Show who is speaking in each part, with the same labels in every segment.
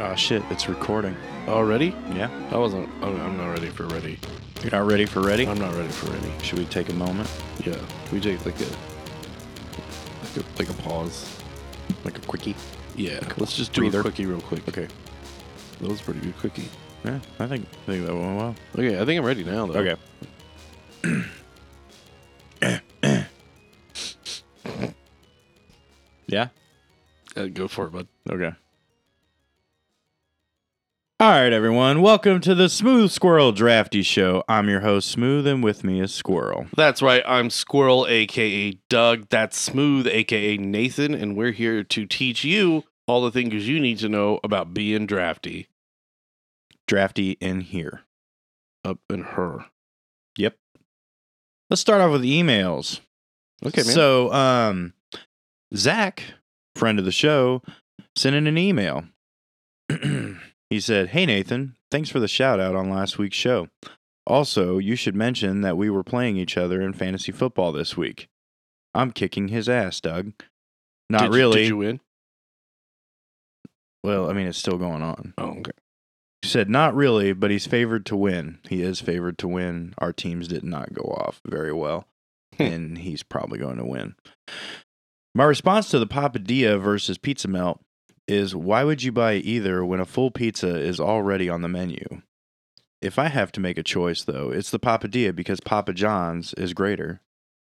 Speaker 1: Oh shit, it's recording.
Speaker 2: Already?
Speaker 1: Yeah.
Speaker 2: I wasn't. I'm, I'm not ready for ready.
Speaker 1: You're not ready for ready?
Speaker 2: I'm not ready for ready.
Speaker 1: Should we take a moment?
Speaker 2: Yeah. We take like a like a, like a pause.
Speaker 1: Like a quickie?
Speaker 2: Yeah.
Speaker 1: Like a
Speaker 2: Let's just do
Speaker 1: breather.
Speaker 2: a quickie real quick. Okay. That was a pretty good quickie.
Speaker 1: Yeah, I think I think that went well.
Speaker 2: Okay. I think I'm ready now though.
Speaker 1: Okay. yeah?
Speaker 2: Uh, go for it, bud.
Speaker 1: Okay. All right, everyone. Welcome to the Smooth Squirrel Drafty Show. I'm your host, Smooth, and with me is Squirrel.
Speaker 2: That's right. I'm Squirrel, aka Doug. That's Smooth, aka Nathan, and we're here to teach you all the things you need to know about being drafty.
Speaker 1: Drafty in here.
Speaker 2: Up in her.
Speaker 1: Let's start off with emails.
Speaker 2: Okay, man.
Speaker 1: So, um, Zach, friend of the show, sent in an email. he said, Hey, Nathan, thanks for the shout out on last week's show. Also, you should mention that we were playing each other in fantasy football this week. I'm kicking his ass, Doug. Not
Speaker 2: Did you-
Speaker 1: really.
Speaker 2: Did you win?
Speaker 1: well, I mean, it's still going on.
Speaker 2: Oh, okay.
Speaker 1: He said, Not really, but he's favored to win. He is favored to win. Our teams did not go off very well,
Speaker 2: Hmm.
Speaker 1: and he's probably going to win. My response to the Papadilla versus Pizza Melt is why would you buy either when a full pizza is already on the menu? If I have to make a choice, though, it's the Papadilla because Papa John's is greater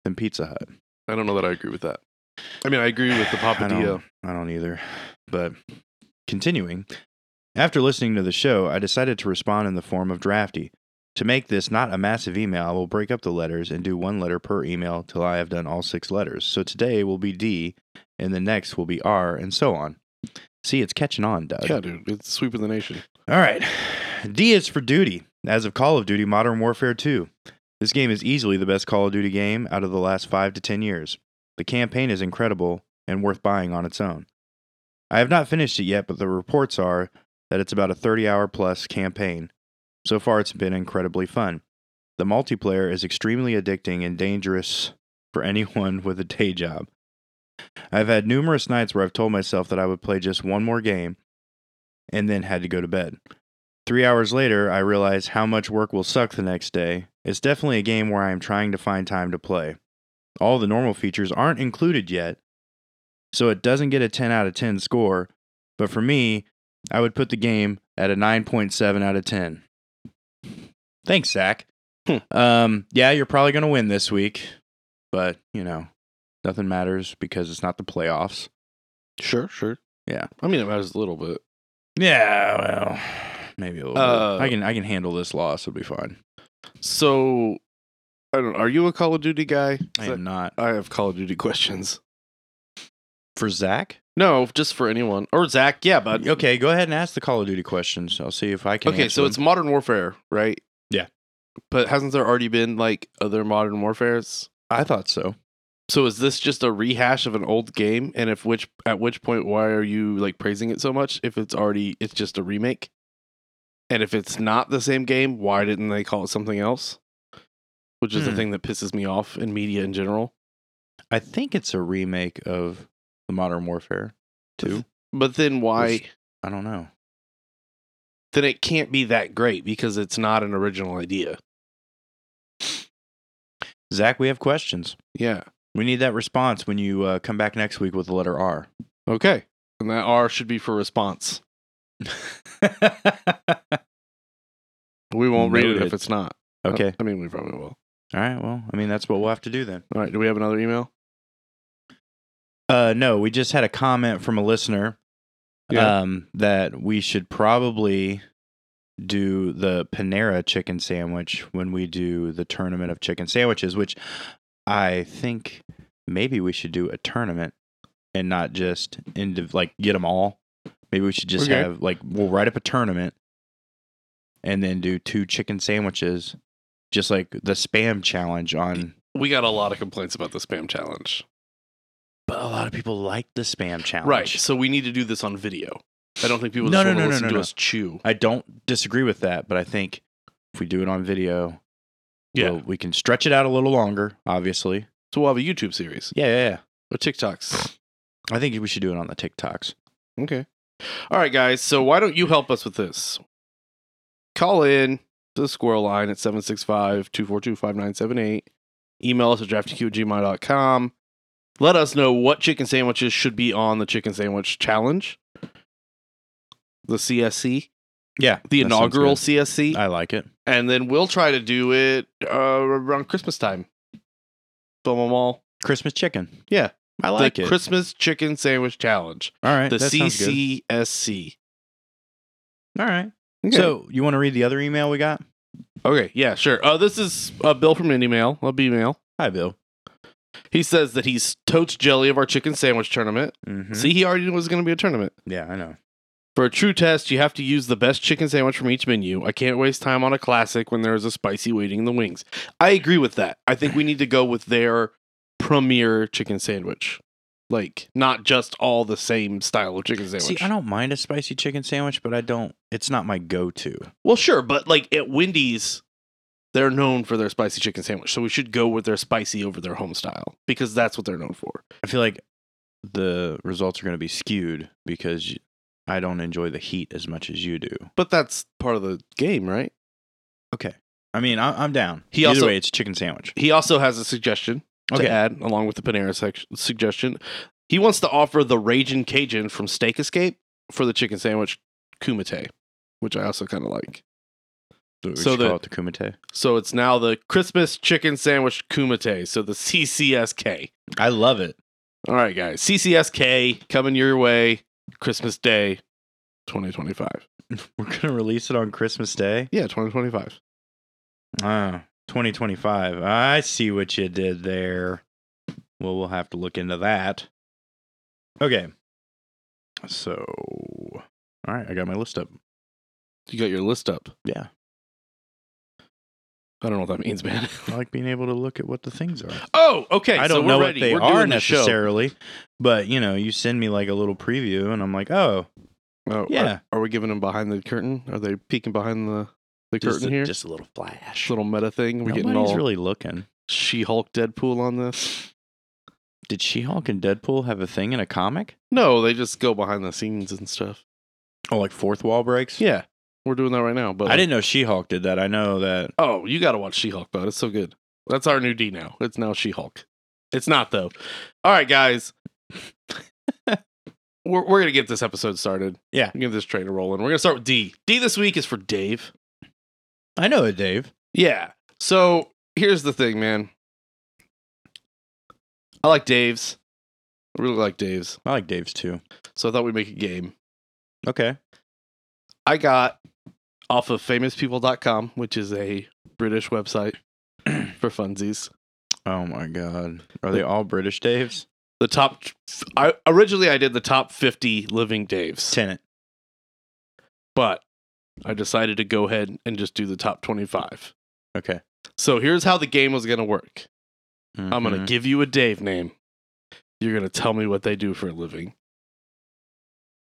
Speaker 1: than Pizza Hut.
Speaker 2: I don't know that I agree with that. I mean, I agree with the
Speaker 1: I
Speaker 2: papadilla.
Speaker 1: don't, I don't either. But continuing, after listening to the show, I decided to respond in the form of drafty. To make this not a massive email, I will break up the letters and do one letter per email till I have done all six letters. So today will be D, and the next will be R, and so on. See, it's catching on, Doug.
Speaker 2: Yeah, dude, it's sweeping the nation.
Speaker 1: All right. D is for duty, as of Call of Duty Modern Warfare 2. This game is easily the best Call of Duty game out of the last 5 to 10 years. The campaign is incredible and worth buying on its own. I have not finished it yet, but the reports are that it's about a 30 hour plus campaign. So far, it's been incredibly fun. The multiplayer is extremely addicting and dangerous for anyone with a day job. I've had numerous nights where I've told myself that I would play just one more game and then had to go to bed. Three hours later, I realize how much work will suck the next day. It's definitely a game where I am trying to find time to play. All the normal features aren't included yet, so it doesn't get a 10 out of 10 score, but for me, I would put the game at a 9.7 out of 10. Thanks, Zach.
Speaker 2: Hmm.
Speaker 1: Um, yeah, you're probably going to win this week, but, you know, nothing matters because it's not the playoffs.
Speaker 2: Sure, sure.
Speaker 1: Yeah.
Speaker 2: I mean, it matters a little bit.
Speaker 1: Yeah, well, maybe a little.
Speaker 2: Uh,
Speaker 1: bit. I can I can handle this loss. It'll be fine.
Speaker 2: So, I don't. Are you a Call of Duty guy?
Speaker 1: I am not
Speaker 2: I have Call of Duty questions.
Speaker 1: for Zach.
Speaker 2: No, just for anyone or Zach. Yeah, bud.
Speaker 1: okay, go ahead and ask the Call of Duty questions. I'll see if I can.
Speaker 2: Okay,
Speaker 1: answer
Speaker 2: so
Speaker 1: them.
Speaker 2: it's Modern Warfare, right?
Speaker 1: Yeah.
Speaker 2: But hasn't there already been like other Modern Warfares?
Speaker 1: I thought so.
Speaker 2: So is this just a rehash of an old game? And if which at which point why are you like praising it so much? If it's already it's just a remake, and if it's not the same game, why didn't they call it something else? Which is
Speaker 1: Hmm.
Speaker 2: the thing that pisses me off in media in general.
Speaker 1: I think it's a remake of the Modern Warfare Two.
Speaker 2: But then why?
Speaker 1: Which- I don't know.
Speaker 2: Then it can't be that great because it's not an original idea.
Speaker 1: Zach, we have questions.
Speaker 2: Yeah.
Speaker 1: We need that response when you uh, come back next week with the letter R.
Speaker 2: Okay. And that R should be for response. We won't read it
Speaker 1: Noted.
Speaker 2: if it's not.
Speaker 1: okay.
Speaker 2: I mean, we probably will.
Speaker 1: All right. Well, I mean that's what we'll have to do then.
Speaker 2: All right. Do we have another email?
Speaker 1: Uh, no, we just had a comment from a listener
Speaker 2: Yeah.
Speaker 1: um, that we should probably do the Panera chicken sandwich when we do the tournament of chicken sandwiches, which I think maybe we should do a tournament and not just indiv- like get them all. Maybe we should just
Speaker 2: Okay.
Speaker 1: have like we'll write up a tournament and then do two chicken sandwiches, just like the spam challenge on.
Speaker 2: We got a lot of complaints about the spam challenge.
Speaker 1: But a lot of people like the spam challenge,
Speaker 2: Right. So we need to do this on video. I don't think people
Speaker 1: No,
Speaker 2: just
Speaker 1: no,
Speaker 2: want
Speaker 1: no,
Speaker 2: to
Speaker 1: no,
Speaker 2: listen
Speaker 1: no,
Speaker 2: to
Speaker 1: no.
Speaker 2: us chew.
Speaker 1: I don't disagree with that, but I think if we do it on video,
Speaker 2: Yeah.
Speaker 1: we'll- we can stretch it out a little longer, obviously.
Speaker 2: So we'll have a YouTube series
Speaker 1: Yeah, yeah, yeah.
Speaker 2: or TikToks.
Speaker 1: I think we should do it on the TikToks.
Speaker 2: Okay. All right, guys. So why don't you help us with this? Call in to the squirrel line at 765 242 5978. Email us at draftyq at gmail.com. Let us know what chicken sandwiches should be on the chicken sandwich challenge, the CSC,
Speaker 1: Yeah.
Speaker 2: the
Speaker 1: that sounds
Speaker 2: inaugural E.
Speaker 1: good.
Speaker 2: CSC.
Speaker 1: I like it.
Speaker 2: and then we'll try to do it uh, around Christmas time. Film them all.
Speaker 1: Christmas chicken.
Speaker 2: Yeah.
Speaker 1: I like
Speaker 2: the
Speaker 1: it.
Speaker 2: Christmas chicken sandwich challenge.
Speaker 1: All right.
Speaker 2: The
Speaker 1: that sounds good.
Speaker 2: CCSC.
Speaker 1: All right.
Speaker 2: Okay.
Speaker 1: So you want to read the other email we got?
Speaker 2: Okay, yeah, sure. Uh, this is uh, Bill from IndyMail, a B-mail.
Speaker 1: Hi, Bill.
Speaker 2: He says that he's totes jelly of our chicken sandwich tournament.
Speaker 1: Mm-hmm.
Speaker 2: See, he already knew it was going to be a tournament.
Speaker 1: Yeah, I know.
Speaker 2: For a true test, you have to use the best chicken sandwich from each menu. I can't waste time on a classic when there is a spicy waiting in the wings. I agree with that. I think we need to go with their premier chicken sandwich. Like, not just all the same style of chicken sandwich.
Speaker 1: See, I don't mind a spicy chicken sandwich, but I don't. It's not my go-to.
Speaker 2: Well, sure, but like at Wendy's, they're known for their spicy chicken sandwich. So we should go with their spicy over their home style because that's what they're known for.
Speaker 1: I feel like the results are going to be skewed because y- I don't enjoy the heat as much as you do.
Speaker 2: But that's part of the game, right?
Speaker 1: Okay. I mean, I, I'm down.
Speaker 2: He
Speaker 1: Either
Speaker 2: also-
Speaker 1: way, it's a chicken sandwich.
Speaker 2: He also has a suggestion
Speaker 1: Okay.
Speaker 2: to add along with the Panera sec- suggestion. He wants to offer the Ragin' Cajun from Steak Escape for the chicken sandwich kumite, which I also kind of like.
Speaker 1: We
Speaker 2: So
Speaker 1: should
Speaker 2: the-
Speaker 1: call it the kumite.
Speaker 2: So it's now the Christmas chicken sandwich kumite, so the CCSK.
Speaker 1: I love it.
Speaker 2: All right, guys. CCSK coming your way Christmas Day 2025.
Speaker 1: We're going to release it on Christmas Day.
Speaker 2: Yeah, 2025.
Speaker 1: Ah, 2025. I see what you did there. Well, we'll have to look into that. Okay. So, all right, I got my list up.
Speaker 2: You got your list up.
Speaker 1: Yeah.
Speaker 2: I don't know what that means, man.
Speaker 1: I like being able to look at what the things are.
Speaker 2: oh, okay.
Speaker 1: I
Speaker 2: so
Speaker 1: don't
Speaker 2: we're
Speaker 1: know
Speaker 2: ready.
Speaker 1: what they
Speaker 2: We're
Speaker 1: are
Speaker 2: doing the show.
Speaker 1: necessarily, but you know, you send me like a little preview, and I'm like, oh,
Speaker 2: Oh, are-
Speaker 1: Yeah.
Speaker 2: Are, we giving them behind the curtain? Are they peeking behind the, the
Speaker 1: just
Speaker 2: curtain
Speaker 1: a,
Speaker 2: here?
Speaker 1: just a little flash.
Speaker 2: little meta thing. We're getting
Speaker 1: Nobody's
Speaker 2: all
Speaker 1: really looking.
Speaker 2: She-Hulk, Deadpool on this.
Speaker 1: Did She-Hulk and Deadpool have a thing in a comic?
Speaker 2: No, they just go behind the scenes and stuff.
Speaker 1: Oh, like fourth wall breaks?
Speaker 2: Yeah, we're doing that right now. But
Speaker 1: I didn't know She-Hulk did that. I know that.
Speaker 2: Oh, you got to watch She-Hulk though. It's so good. That's our new D now. It's now She-Hulk. It's not though. All right, guys. we're we're gonna get this episode started.
Speaker 1: Yeah.
Speaker 2: We're gonna get this trainer rolling. We're gonna start with D. D this week is for Dave.
Speaker 1: I know it, Dave.
Speaker 2: Yeah. So here's the thing, man. I like Dave's. I really like Dave's.
Speaker 1: I like Dave's too.
Speaker 2: So I thought we'd make a game.
Speaker 1: Okay.
Speaker 2: I got off of famouspeople.com, which is a British website for funsies.
Speaker 1: Oh my God. Are they all British Daves?
Speaker 2: The top I originally I did the top 50 living Daves,
Speaker 1: Tenant.
Speaker 2: but I decided to go ahead and just do the top 25.
Speaker 1: Okay.
Speaker 2: So here's how the game was going to work. I'm going to
Speaker 1: Mhm.
Speaker 2: give you a Dave name. You're going to tell me what they do for a living.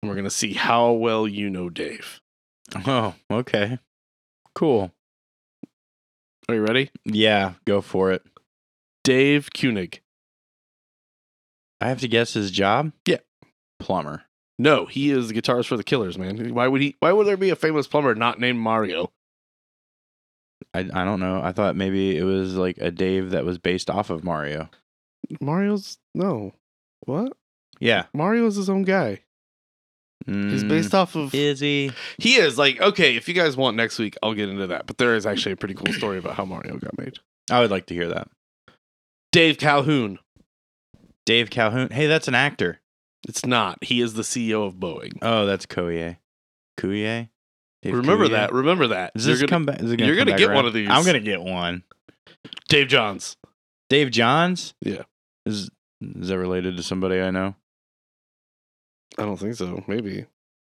Speaker 2: And we're going to see how well you know Dave.
Speaker 1: Oh, okay. Cool.
Speaker 2: Are you ready?
Speaker 1: Yeah, go for it.
Speaker 2: Dave Koenig.
Speaker 1: I have to guess his job.
Speaker 2: Yeah.
Speaker 1: Plumber.
Speaker 2: No, he is the guitarist for the Killers, man. Why would he why would there be a famous plumber not named Mario?
Speaker 1: I, I don't know. I thought maybe it was like a Dave that was based off of Mario.
Speaker 2: Mario's no. What?
Speaker 1: Yeah.
Speaker 2: Mario's his own guy. He's based off of
Speaker 1: Mm, Is he?
Speaker 2: He is like okay. If you guys want next week, I'll get into that. But there is actually a pretty cool story about how Mario got made.
Speaker 1: I would like to hear that.
Speaker 2: Dave Calhoun.
Speaker 1: Dave Calhoun. Hey, that's an actor.
Speaker 2: It's not. He is the CEO of Boeing.
Speaker 1: Oh, that's Koye. Koye? Dave
Speaker 2: Remember
Speaker 1: Coulier?
Speaker 2: that. Remember that.
Speaker 1: Is
Speaker 2: You're
Speaker 1: this
Speaker 2: gonna-
Speaker 1: come back? Is it gonna
Speaker 2: you're
Speaker 1: come
Speaker 2: gonna
Speaker 1: back
Speaker 2: get one
Speaker 1: around?
Speaker 2: of these.
Speaker 1: I'm gonna get one.
Speaker 2: Dave Johns.
Speaker 1: Dave Johns.
Speaker 2: Yeah.
Speaker 1: Is is that related to somebody I know?
Speaker 2: I don't think so. Maybe.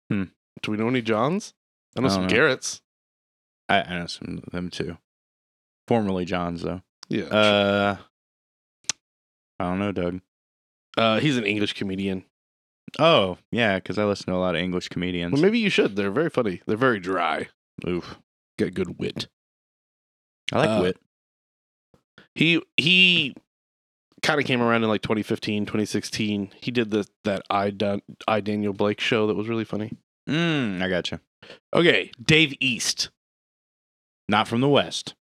Speaker 1: Hmm.
Speaker 2: Do we know any Johns? I know
Speaker 1: I don't
Speaker 2: some
Speaker 1: know.
Speaker 2: Garrett's.
Speaker 1: I, I know some of them too. Formerly Johns though.
Speaker 2: Yeah. Uh,
Speaker 1: Uh, I don't know, Doug.
Speaker 2: Uh, he's an English comedian.
Speaker 1: Oh yeah, because I listen to a lot of English comedians.
Speaker 2: Well, maybe you should. They're very funny. They're very dry.
Speaker 1: Oof.
Speaker 2: Got good wit.
Speaker 1: I like
Speaker 2: Uh,
Speaker 1: wit.
Speaker 2: He he kind of came around in like 2015, 2016. He did the that I done I Daniel Blake show that was really funny.
Speaker 1: Mm, I gotcha.
Speaker 2: Okay, Dave East.
Speaker 1: Not from the West.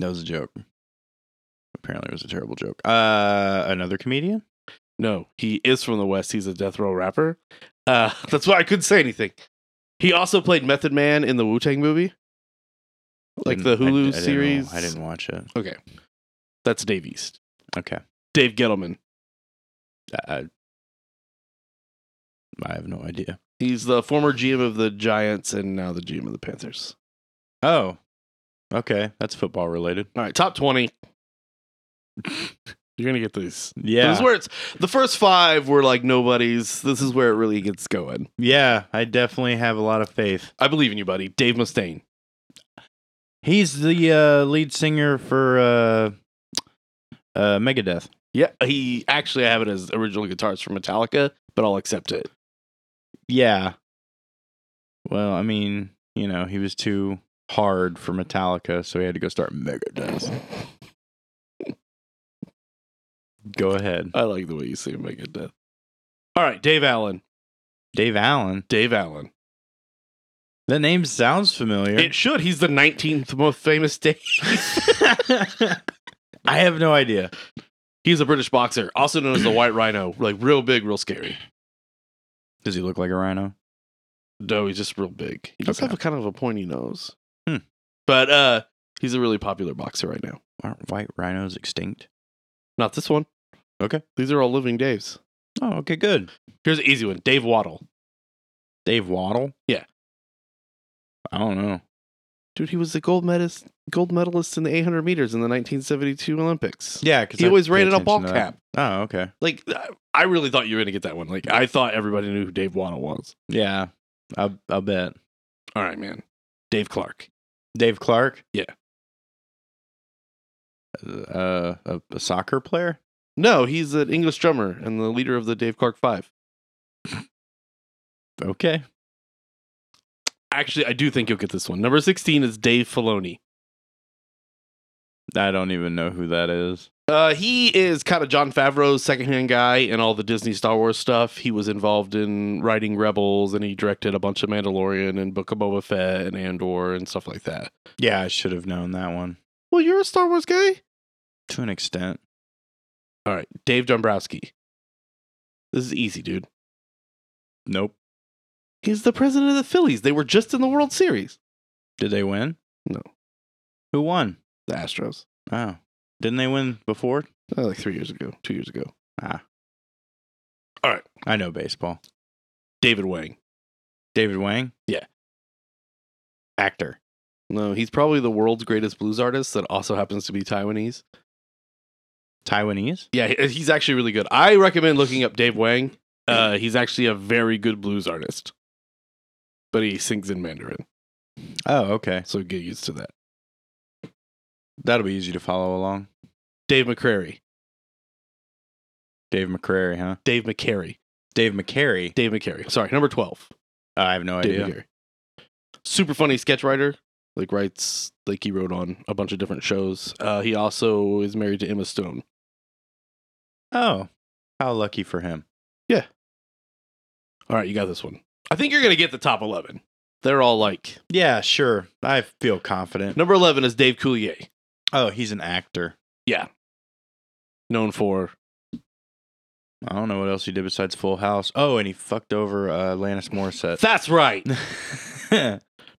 Speaker 1: That was a joke. Apparently, it was a terrible joke. Uh, another comedian?
Speaker 2: No, he is from the West. He's a death row rapper. Uh, that's why I couldn't say anything. He also played Method Man in the Wu Tang movie, like the
Speaker 1: Didn't- Mm, I- I
Speaker 2: Hulu
Speaker 1: didn't-
Speaker 2: series.
Speaker 1: I didn't watch it.
Speaker 2: Okay, that's Dave East.
Speaker 1: Okay.
Speaker 2: Dave Gettleman.
Speaker 1: I, I- I have no idea.
Speaker 2: He's the former GM of the Giants and now the GM of the Panthers.
Speaker 1: Oh, okay. That's football related.
Speaker 2: All right, top twenty. You're gonna get these.
Speaker 1: Yeah.
Speaker 2: This is where it's the first five were like nobody's. This is where it really gets going.
Speaker 1: yeah. I definitely have a lot of faith.
Speaker 2: I believe in you, buddy. Dave Mustaine.
Speaker 1: He's the uh, lead singer for uh, uh, Megadeth.
Speaker 2: Yeah, he actually I have it as original guitarist for Metallica, but I'll accept it.
Speaker 1: Yeah. Well, I mean, you know, he was too hard for Metallica, so he had to go start Megadeth. Go ahead.
Speaker 2: I like the way you say Megadeth. All right, Dave Allen.
Speaker 1: Dave Allen.
Speaker 2: Dave Allen.
Speaker 1: That name sounds familiar.
Speaker 2: It should. He's the 19th most famous Dave.
Speaker 1: I have no idea.
Speaker 2: He's a British boxer, also known as the White Rhino. Like real big, real scary.
Speaker 1: Does he look like a rhino?
Speaker 2: No, he's just real big. He does
Speaker 1: Okay.
Speaker 2: have a kind of a pointy nose.
Speaker 1: Hmm.
Speaker 2: But uh he's a really popular boxer right now.
Speaker 1: Aren't white rhinos extinct?
Speaker 2: Not this one.
Speaker 1: Okay.
Speaker 2: These are all living Daves.
Speaker 1: Oh, okay, good.
Speaker 2: Here's an easy one. Dave Waddle.
Speaker 1: Dave Waddle?
Speaker 2: Yeah.
Speaker 1: I don't know.
Speaker 2: Dude, he was the gold medalist gold medalist in the 800 meters in the 1972 Olympics.
Speaker 1: Yeah, because
Speaker 2: he always rated a ball cap.
Speaker 1: Oh, okay.
Speaker 2: Like uh, I really thought you were gonna get that one. Like I thought everybody knew who Dave Waddle was.
Speaker 1: Yeah, I, I bet.
Speaker 2: All right, man. Dave Clark.
Speaker 1: Dave Clark?
Speaker 2: Yeah.
Speaker 1: Uh, a, a soccer player?
Speaker 2: No, he's an English drummer and the leader of the Dave Clark Five.
Speaker 1: Okay.
Speaker 2: Actually, I do think you'll get this one. Number sixteen is Dave Filoni.
Speaker 1: I don't even know who that is.
Speaker 2: Uh, he is kind of John Favreau's secondhand guy in all the Disney Star Wars stuff. He was involved in writing Rebels, and he directed a bunch of Mandalorian and Book of Boba Fett and Andor and stuff like that.
Speaker 1: Yeah, I should have known that one
Speaker 2: Well, you're a Star Wars guy.
Speaker 1: to an extent.
Speaker 2: All right, Dave Dombrowski. This is easy, dude.
Speaker 1: Nope.
Speaker 2: He's the president of the Phillies. They were just in the World Series.
Speaker 1: Did they win?
Speaker 2: No.
Speaker 1: Who won?
Speaker 2: The Astros.
Speaker 1: Oh. Didn't they win before?
Speaker 2: Uh, like three years ago, two years ago.
Speaker 1: I know baseball.
Speaker 2: David Wang.
Speaker 1: David Wang?
Speaker 2: Yeah.
Speaker 1: Actor.
Speaker 2: No, he's probably the world's greatest blues artist that also happens to be Taiwanese.
Speaker 1: Taiwanese?
Speaker 2: Yeah, he- he's actually really good. I recommend looking up Dave Wang. Uh, he's actually a very good blues artist, but he sings in Mandarin,
Speaker 1: Oh, okay.
Speaker 2: so get used to that.
Speaker 1: That'll be easy to follow along.
Speaker 2: Dave McCrary.
Speaker 1: Dave McCrary, huh?
Speaker 2: Dave McCary.
Speaker 1: Dave McCary?
Speaker 2: Dave McCary. Sorry, number 12.
Speaker 1: Uh, I have no
Speaker 2: Dave
Speaker 1: idea.
Speaker 2: McCary. Super funny sketch writer. Like writes like he wrote on a bunch of different shows. Uh, he also is married to Emma Stone.
Speaker 1: Oh, how lucky for him.
Speaker 2: All right, you got this one. I think you're gonna get the top eleven. They're all like
Speaker 1: Yeah, sure. I feel confident.
Speaker 2: number eleven is Dave Coulier,
Speaker 1: Oh, he's an actor.
Speaker 2: known for
Speaker 1: I don't know what else he did besides Full House. Oh, and he fucked over uh, Lannis Morissette.
Speaker 2: That's right.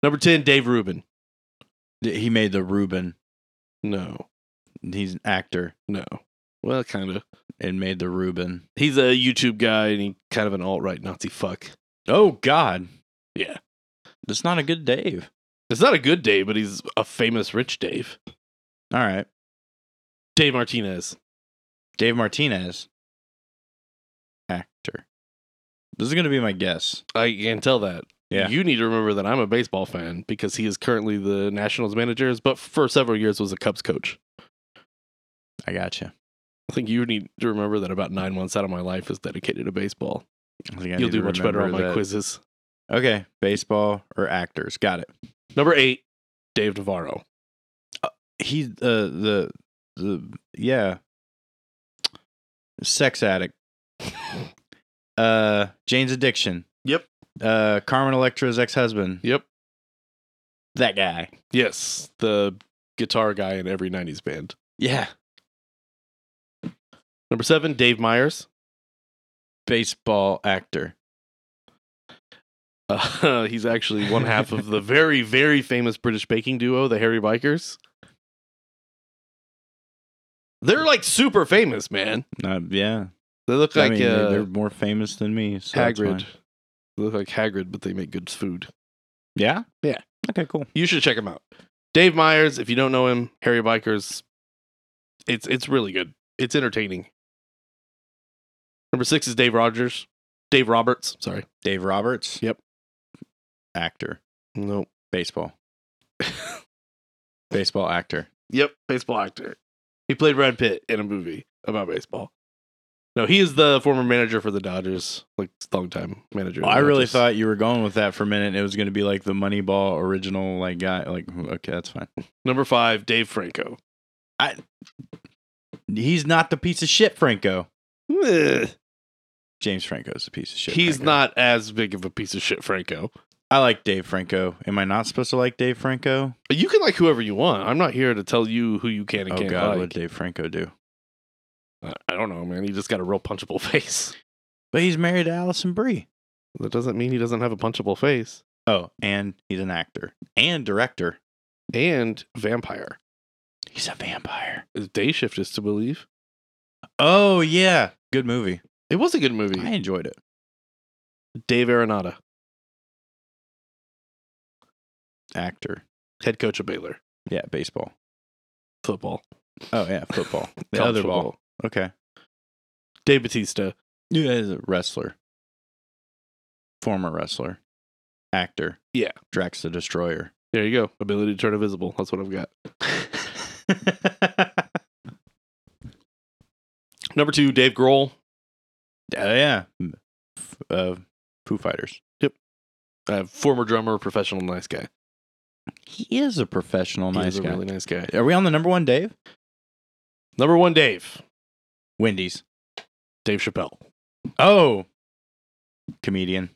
Speaker 2: Number ten, Dave Rubin.
Speaker 1: he made the Reuben.
Speaker 2: No,
Speaker 1: He's an actor
Speaker 2: no. Well, kind of.
Speaker 1: and made the Reuben.
Speaker 2: He's a YouTube guy and he kind of an alt right Nazi fuck.
Speaker 1: Oh God,
Speaker 2: Yeah,
Speaker 1: that's not a good Dave.
Speaker 2: it's not a good Dave, but he's a famous rich Dave.
Speaker 1: All right,
Speaker 2: Dave Martinez.
Speaker 1: Dave Martinez, actor. This is gonna be my guess.
Speaker 2: I can tell that.
Speaker 1: Yeah.
Speaker 2: You need to remember that I'm a baseball fan because he is currently the Nationals manager, but for several years was a Cubs coach.
Speaker 1: I gotcha.
Speaker 2: I think you need to remember that about nine months out of my life is dedicated to baseball.
Speaker 1: I think I
Speaker 2: You'll
Speaker 1: need to
Speaker 2: do much better on
Speaker 1: remember
Speaker 2: my
Speaker 1: that.
Speaker 2: quizzes.
Speaker 1: Okay, baseball or actors. Got it.
Speaker 2: Number eight, Dave Navarro.
Speaker 1: He's uh, the the yeah Sex Addict. uh, Jane's Addiction.
Speaker 2: Yep.
Speaker 1: Uh, Carmen Electra's ex husband.
Speaker 2: Yep.
Speaker 1: That guy.
Speaker 2: Yes, the guitar guy in every '90s band.
Speaker 1: Yeah.
Speaker 2: Number seven, Dave Myers.
Speaker 1: Baseball actor.
Speaker 2: Uh, he's actually one half of the very, very famous British baking duo, the Harry Bikers. They're like super famous, man.
Speaker 1: Uh, yeah.
Speaker 2: They look
Speaker 1: I
Speaker 2: like
Speaker 1: mean,
Speaker 2: uh,
Speaker 1: they're, they're more famous than me. So that's
Speaker 2: Hagrid.
Speaker 1: fine.
Speaker 2: They look like Hagrid, but they make good food.
Speaker 1: Yeah.
Speaker 2: Yeah.
Speaker 1: Okay. Cool.
Speaker 2: You should check him out. Dave Myers, if you don't know him, Harry Bikers. It's it's really good. It's entertaining. Number six is Dave Rogers. Dave Roberts. Sorry.
Speaker 1: Dave Roberts.
Speaker 2: Yep.
Speaker 1: Actor.
Speaker 2: No.
Speaker 1: Baseball. baseball actor.
Speaker 2: Yep, baseball actor. He played Brad Pitt in a movie about baseball. No, he is the former manager for the Dodgers, like long time manager. of the
Speaker 1: I really
Speaker 2: Dodgers.
Speaker 1: thought you were going with that for a minute. It was going to be like the Moneyball original, like guy. Like, okay, that's fine.
Speaker 2: number five, Dave Franco.
Speaker 1: He's not the piece of shit Franco.
Speaker 2: Eh,
Speaker 1: James Franco's a piece of shit.
Speaker 2: He's
Speaker 1: Franco.
Speaker 2: not as big of a piece of shit, Franco.
Speaker 1: I like Dave Franco. Am I not supposed to like Dave Franco?
Speaker 2: You can like whoever you want. I'm not here to tell you who you can and
Speaker 1: Oh
Speaker 2: can't
Speaker 1: God, what
Speaker 2: like.
Speaker 1: did Dave Franco do?
Speaker 2: I- I don't know, man. He just got a real punchable face.
Speaker 1: But he's married to Allison Brie.
Speaker 2: That doesn't mean he doesn't have a punchable face.
Speaker 1: Oh, and he's an actor and director.
Speaker 2: And vampire.
Speaker 1: He's a vampire.
Speaker 2: Is Day Shift is to believe.
Speaker 1: Oh yeah, good movie.
Speaker 2: It was a good movie.
Speaker 1: I enjoyed it.
Speaker 2: Dave Arenado,
Speaker 1: Actor.
Speaker 2: head coach of Baylor
Speaker 1: Yeah, baseball.
Speaker 2: football.
Speaker 1: Oh yeah, football. The
Speaker 2: College
Speaker 1: other ball.
Speaker 2: football.
Speaker 1: Okay.
Speaker 2: Dave Batista.
Speaker 1: Yeah, he's a wrestler. Former wrestler. Actor.
Speaker 2: Yeah.
Speaker 1: Drax the Destroyer.
Speaker 2: There you go. Ability to turn invisible. That's what I've got.
Speaker 1: oh
Speaker 2: Number two, Dave Grohl.
Speaker 1: yeah. F- Uh, Foo Fighters.
Speaker 2: Uh, former drummer, professional, nice guy.
Speaker 1: He is a professional
Speaker 2: He
Speaker 1: nice
Speaker 2: is a
Speaker 1: guy.
Speaker 2: really nice guy.
Speaker 1: Are we on the number one, Dave?
Speaker 2: Number one, Dave.
Speaker 1: Wendy's.
Speaker 2: Dave Chappelle.
Speaker 1: Oh. Comedian.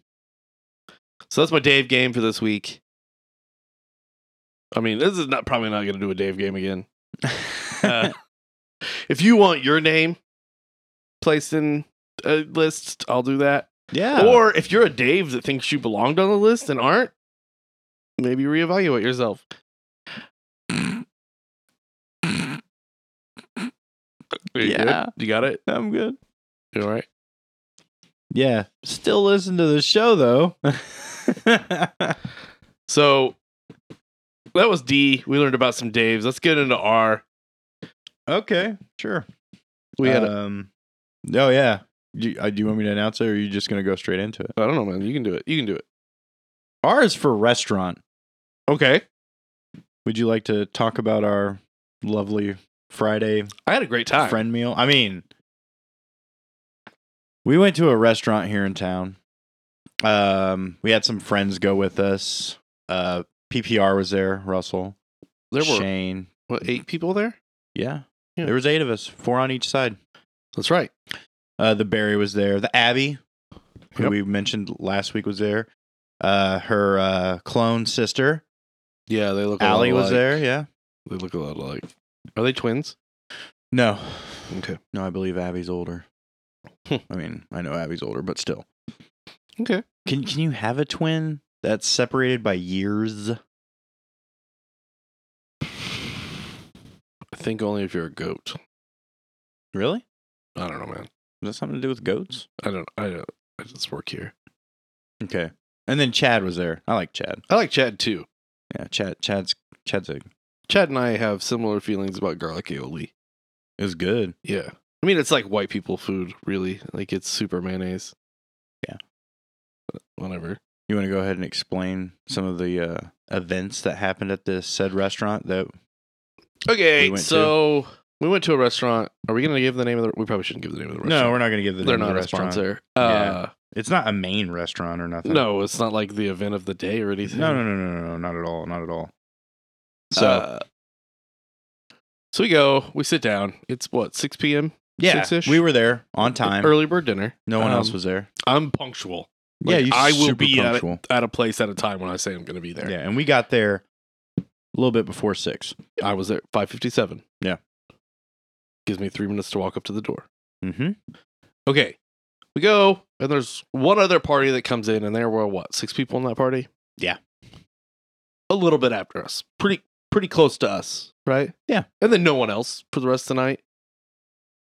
Speaker 2: So that's my Dave game for this week. I mean, this is not probably not going to do a Dave game again. Uh, if you want your name placed in a list, I'll do that.
Speaker 1: yeah.
Speaker 2: Or if you're a Dave that thinks you belonged on the list and aren't, maybe reevaluate yourself. Are you good?
Speaker 1: Yeah.
Speaker 2: You got it?
Speaker 1: I'm good.
Speaker 2: You all right?
Speaker 1: Yeah. Still listen to the show though.
Speaker 2: So that was D. We learned about some Daves. Let's get into R.
Speaker 1: okay. Sure.
Speaker 2: We had. I
Speaker 1: um, oh yeah. Do you, uh, do you want me to announce it, or are you just gonna go straight into it?
Speaker 2: I don't know, man. You can do it. You can do it.
Speaker 1: R is for restaurant.
Speaker 2: Okay.
Speaker 1: Would you like to talk about our lovely Friday
Speaker 2: I had a great time.
Speaker 1: friend meal? I mean, we went to a restaurant here in town. Um, we had some friends go with us. Uh, PPR was there. Russell,
Speaker 2: There were
Speaker 1: Shane.
Speaker 2: what, eight people there.
Speaker 1: Yeah.
Speaker 2: Yeah.
Speaker 1: there was eight of us, four on each side.
Speaker 2: That's right.
Speaker 1: Uh, the Barry was there. The Abby, who
Speaker 2: Yep.
Speaker 1: we mentioned last week, was there. Uh, her uh, clone sister,
Speaker 2: Yeah, they look. a lot
Speaker 1: Allie, was
Speaker 2: alike.
Speaker 1: there. Yeah.
Speaker 2: They look a lot alike. Are they twins?
Speaker 1: No,
Speaker 2: Okay.
Speaker 1: no, I believe Abby's older.
Speaker 2: Hmm.
Speaker 1: I mean, I know Abby's older, but still.
Speaker 2: Okay.
Speaker 1: Can can you have a twin that's separated by years?
Speaker 2: I think only if you're a goat.
Speaker 1: Really?
Speaker 2: I don't know, man.
Speaker 1: Does that something to do with goats?
Speaker 2: I don't. I don't. I just work here.
Speaker 1: Okay. And then Chad was there. I like Chad.
Speaker 2: I like Chad too.
Speaker 1: Yeah, Chad. Chad's Chad's a
Speaker 2: Chad and I have similar feelings about garlic aioli.
Speaker 1: it was good.
Speaker 2: Yeah. I mean, it's like white people food, really. Like it's super mayonnaise.
Speaker 1: Yeah.
Speaker 2: But whatever.
Speaker 1: You want to go ahead and explain some of the uh, events that happened at this said restaurant that
Speaker 2: Okay,
Speaker 1: We went
Speaker 2: so we went to a restaurant. Are we going to give the name of the? We probably shouldn't give the name of the restaurant.
Speaker 1: No, we're not going to give the
Speaker 2: They're
Speaker 1: name of
Speaker 2: not
Speaker 1: the
Speaker 2: a
Speaker 1: restaurant.
Speaker 2: sponsor.
Speaker 1: Yeah.
Speaker 2: Uh,
Speaker 1: It's not a main restaurant or nothing.
Speaker 2: no, it's not like the event of the day or anything.
Speaker 1: no, no, no, no, no, no, not at all, not at all. So Uh,
Speaker 2: Uh, So, so we go. We sit down. It's what six p.m.
Speaker 1: Yeah,
Speaker 2: Six-ish?
Speaker 1: we were there on time.
Speaker 2: Early bird dinner.
Speaker 1: No one
Speaker 2: Um,
Speaker 1: else was there.
Speaker 2: I'm punctual.
Speaker 1: yeah,
Speaker 2: like,
Speaker 1: you
Speaker 2: I will
Speaker 1: super
Speaker 2: be at it
Speaker 1: punctual.
Speaker 2: at a place at a time when I say I'm going to be there.
Speaker 1: Yeah, and we got there a little bit before six.
Speaker 2: I was there 5:57.
Speaker 1: Yeah.
Speaker 2: Gives me 3 minutes to walk up to the door.
Speaker 1: Mm-hmm.
Speaker 2: Okay. We go and there's one other party that comes in and there were what? 6 people in that party?
Speaker 1: Yeah.
Speaker 2: A little bit after us. Pretty pretty close to us, right?
Speaker 1: Yeah.
Speaker 2: And then no one else for the rest of the night.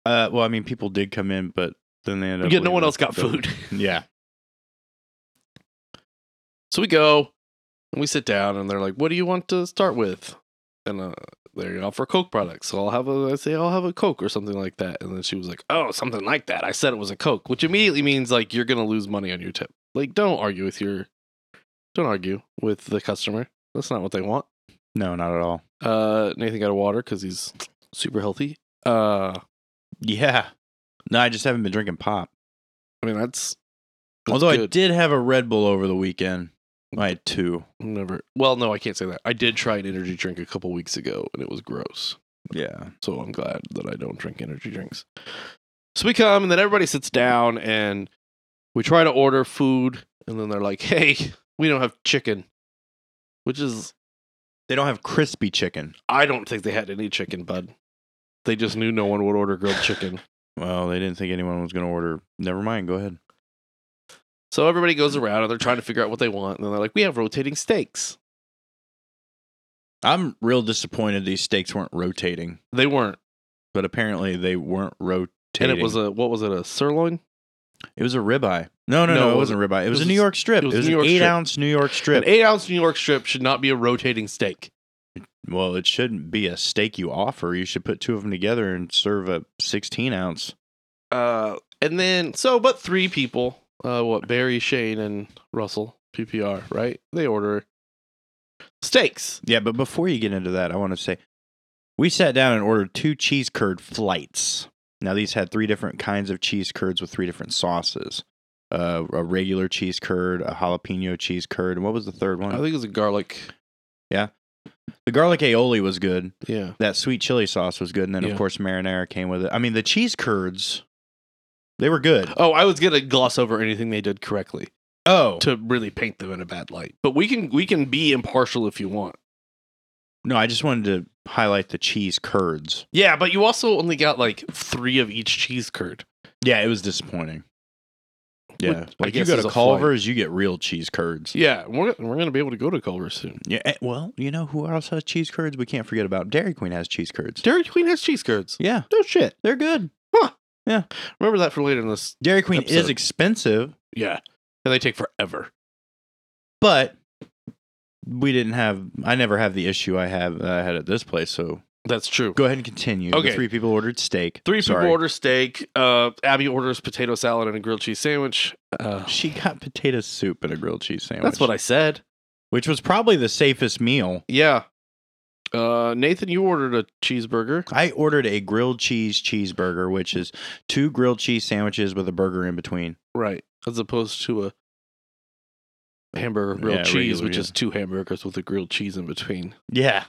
Speaker 1: Uh, well, I mean, people did come in, but then they ended up.
Speaker 2: Yeah, no
Speaker 1: leaving.
Speaker 2: one else got
Speaker 1: So-
Speaker 2: food.
Speaker 1: Yeah,
Speaker 2: So we go and we sit down, and they're like, "What do you want to start with?" And uh, they offer Coke products. So I'll have a, I say, I'll have a Coke or something like that. And then she was like, "Oh, something like that." I said it was a Coke, which immediately means like you're gonna lose money on your tip. Like, don't argue with your, don't argue with the customer. That's not what they want.
Speaker 1: no, not at all.
Speaker 2: Uh, Nathan got a water because he's super healthy. Uh,
Speaker 1: Yeah, no, I just haven't been drinking pop.
Speaker 2: I mean that's, that's
Speaker 1: Although I
Speaker 2: good.
Speaker 1: did have a Red Bull over the weekend. I had two.
Speaker 2: never. Well, no, I can't say that. I did try an energy drink a couple weeks ago, and it was gross.
Speaker 1: Yeah,
Speaker 2: So I'm glad that I don't drink energy drinks. So we come and then everybody sits down and we try to order food and then they're like, "Hey, we don't have chicken." Which is
Speaker 1: they don't have crispy chicken.
Speaker 2: I don't think they had any chicken, bud. They just knew no one would order grilled chicken.
Speaker 1: Well, they didn't think anyone was going to order. Never mind. Go ahead.
Speaker 2: So everybody goes around and they're trying to figure out what they want and then they're like, "We have rotating steaks."
Speaker 1: I'm real disappointed these steaks weren't rotating,
Speaker 2: They weren't.
Speaker 1: but apparently they weren't rotating.
Speaker 2: And it was a what was it? A sirloin?
Speaker 1: It was a ribeye. No, no, no,
Speaker 2: No, it
Speaker 1: it wasn't a ribeye. It was, a New York strip. It was,
Speaker 2: a New
Speaker 1: an
Speaker 2: York
Speaker 1: eight
Speaker 2: strip.
Speaker 1: ounce New York strip.
Speaker 2: An 8-ounce New York strip should not be a rotating steak.
Speaker 1: well, it shouldn't be a steak you offer. You should put two of them together and serve a sixteen ounce.
Speaker 2: Uh, and then so, but three people. Uh, what Barry, Shane, and Russell PPR, right? They order steaks.
Speaker 1: Yeah, but before you get into that, I want to say we sat down and ordered two cheese curd flights. Now these had three different kinds of cheese curds with three different sauces. Uh, a regular cheese curd, a jalapeno cheese curd, and what was the third one?
Speaker 2: I think it was a garlic.
Speaker 1: the garlic aioli was good.
Speaker 2: Yeah,
Speaker 1: that sweet chili sauce was good, and then
Speaker 2: Yeah.
Speaker 1: of course marinara came with it. I mean, the cheese curds, they were good.
Speaker 2: Oh, I was gonna gloss over anything they did correctly
Speaker 1: Oh
Speaker 2: to really paint them in a bad light. But we can we can be impartial if you want.
Speaker 1: no, I just wanted to highlight the cheese curds.
Speaker 2: Yeah, but you also only got like three of each cheese curd.
Speaker 1: Yeah, it was disappointing. Yeah,
Speaker 2: Which I
Speaker 1: like you
Speaker 2: guess
Speaker 1: go
Speaker 2: is
Speaker 1: to
Speaker 2: a flight.
Speaker 1: Culver's, you get real cheese curds.
Speaker 2: Yeah, we're we're gonna be able to go to Culver's soon.
Speaker 1: Yeah, eh, well, you know who else has cheese curds? We can't forget about Dairy Queen has cheese curds.
Speaker 2: Dairy Queen has cheese curds.
Speaker 1: Yeah,
Speaker 2: No shit.
Speaker 1: they're good.
Speaker 2: Remember that for later in this.
Speaker 1: Dairy Queen is
Speaker 2: Episode.
Speaker 1: expensive,
Speaker 2: Yeah, and they take forever.
Speaker 1: but we didn't have. I never have the issue I have that I had at this place. So
Speaker 2: That's true.
Speaker 1: go ahead and continue. The
Speaker 2: Okay.
Speaker 1: three people ordered steak.
Speaker 2: Three
Speaker 1: Sorry.
Speaker 2: people order steak. Uh, Abby orders potato salad and a grilled cheese sandwich. Uh,
Speaker 1: She got potato soup and a grilled cheese sandwich.
Speaker 2: that's what I said.
Speaker 1: Which was probably the safest meal.
Speaker 2: Yeah. Uh, Nathan, you ordered a cheeseburger.
Speaker 1: I ordered a grilled cheese cheeseburger, which is two grilled cheese sandwiches with a burger in between.
Speaker 2: Right. As opposed to a hamburger grilled
Speaker 1: Yeah,
Speaker 2: cheese,
Speaker 1: regular,
Speaker 2: which
Speaker 1: yeah.
Speaker 2: is two hamburgers with a grilled cheese in between.
Speaker 1: Yeah.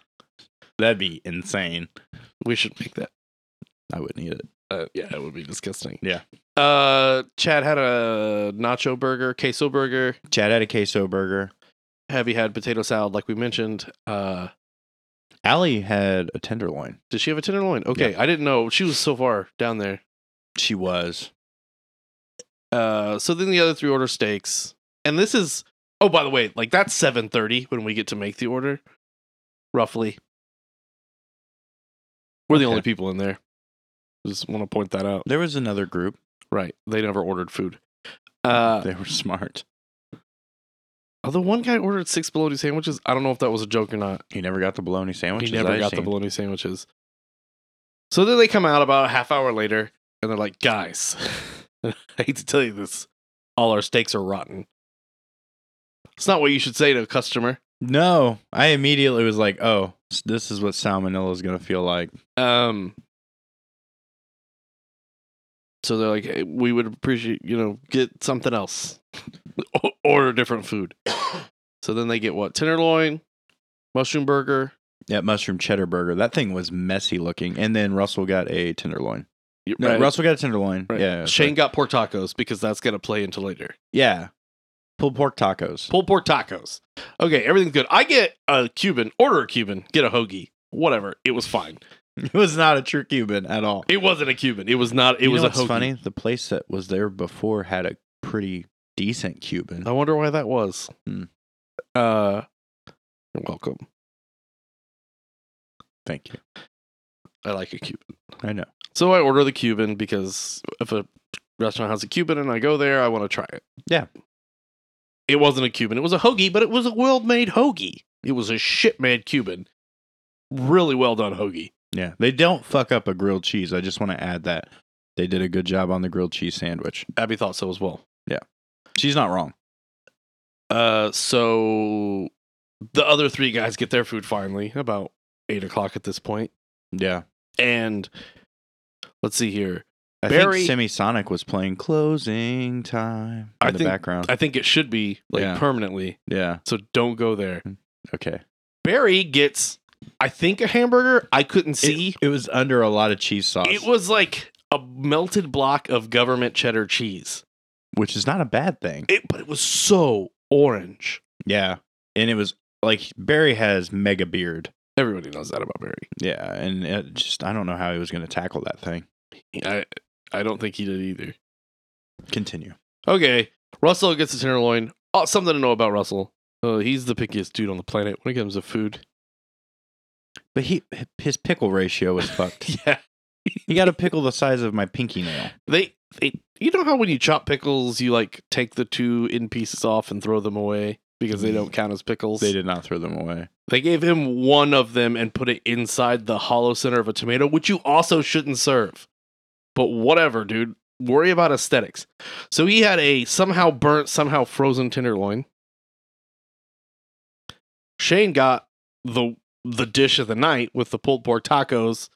Speaker 1: That'd be insane.
Speaker 2: We should make that.
Speaker 1: I wouldn't eat it.
Speaker 2: Uh, yeah, that would be disgusting.
Speaker 1: Yeah.
Speaker 2: Uh, Chad had a nacho burger, queso burger.
Speaker 1: Chad had a queso burger.
Speaker 2: Abby had potato salad, like we mentioned. Uh,
Speaker 1: Allie had a tenderloin.
Speaker 2: did she have a tenderloin? Okay, I didn't know. She was so far down there.
Speaker 1: She was.
Speaker 2: Uh, so then the other three order steaks, and this is oh by the way, like that's seven thirty when we get to make the order, roughly. We're the
Speaker 1: Okay.
Speaker 2: only people in there. Just want to point that out.
Speaker 1: There was another group.
Speaker 2: Right, they never ordered food. Uh,
Speaker 1: they were smart.
Speaker 2: although one guy ordered six bologna sandwiches. I don't know if that was a joke or not.
Speaker 1: He never got the bologna sandwiches.
Speaker 2: he never
Speaker 1: I
Speaker 2: got the
Speaker 1: seen.
Speaker 2: bologna sandwiches. So then they come out about a half hour later, and they're like, "Guys, I hate to tell you this, all our steaks are rotten." It's not what you should say to a customer.
Speaker 1: No. I immediately was like, oh, s- this is what salmonella is going to feel like.
Speaker 2: Um. So they're like, "Hey, we would appreciate, you know, get something else, O- order different food. so then they get what tenderloin, mushroom burger.
Speaker 1: Yeah, mushroom cheddar burger. That thing was messy looking. And then Russell got a tenderloin.
Speaker 2: You're
Speaker 1: No, Russell got a tenderloin.
Speaker 2: Right.
Speaker 1: Yeah. that's
Speaker 2: Shane
Speaker 1: right.
Speaker 2: got pork tacos because that's gonna play into later.
Speaker 1: Yeah. Pulled pork tacos.
Speaker 2: Pulled pork tacos. Okay, everything's good. I get a Cuban, order a Cuban, get a hoagie, whatever. It was fine.
Speaker 1: It was not a true Cuban at all.
Speaker 2: It wasn't a Cuban. It was not. It
Speaker 1: You
Speaker 2: was
Speaker 1: know
Speaker 2: a
Speaker 1: what's
Speaker 2: hoagie.
Speaker 1: funny. The place that was there before had a pretty decent Cuban.
Speaker 2: I wonder why that was.
Speaker 1: Hmm.
Speaker 2: Uh, you're welcome.
Speaker 1: Thank you.
Speaker 2: I like a Cuban.
Speaker 1: I know.
Speaker 2: So I order the Cuban because if a restaurant has a Cuban and I go there, I want to try it.
Speaker 1: Yeah.
Speaker 2: It wasn't a Cuban. It was a hoagie, but it was a well made hoagie. It was a shit made Cuban. Really well done hoagie.
Speaker 1: Yeah. They don't fuck up a grilled cheese. I just want to add that. They did a good job on the grilled cheese sandwich.
Speaker 2: Abby thought so as well.
Speaker 1: She's not wrong.
Speaker 2: Uh, so the other three guys get their food finally about eight o'clock at this point,
Speaker 1: Yeah.
Speaker 2: and let's see here.
Speaker 1: I
Speaker 2: Barry-
Speaker 1: think Semisonic was playing closing time in
Speaker 2: I
Speaker 1: the
Speaker 2: think-
Speaker 1: background.
Speaker 2: I think it should be like
Speaker 1: Yeah.
Speaker 2: permanently.
Speaker 1: yeah.
Speaker 2: So don't go there.
Speaker 1: Okay.
Speaker 2: Barry gets, I think, a hamburger. I couldn't see.
Speaker 1: It, it was under a lot of cheese sauce,
Speaker 2: It was like a melted block of government cheddar cheese.
Speaker 1: which is not a bad thing.
Speaker 2: It, but it was so orange.
Speaker 1: Yeah. And it was like Barry has mega beard.
Speaker 2: Everybody knows that about Barry.
Speaker 1: Yeah. And it just, I don't know how he was going to tackle that thing.
Speaker 2: I I don't think he did either.
Speaker 1: Continue.
Speaker 2: Okay, Russell gets a tenderloin. Oh, something to know about Russell. Uh, he's the pickiest dude on the planet when it comes to food.
Speaker 1: But he, his pickle ratio was fucked.
Speaker 2: Yeah,
Speaker 1: he got a pickle the size of my pinky nail.
Speaker 2: they they you know how when you chop pickles, you like take the two in pieces off and throw them away because they don't count as pickles.
Speaker 1: They did not throw them away.
Speaker 2: They gave him one of them and put it inside the hollow center of a tomato, which you also shouldn't serve. But whatever, dude. Worry about aesthetics. So he had a somehow burnt, somehow frozen tenderloin. Shane got the the dish of the night with the pulled pork tacos,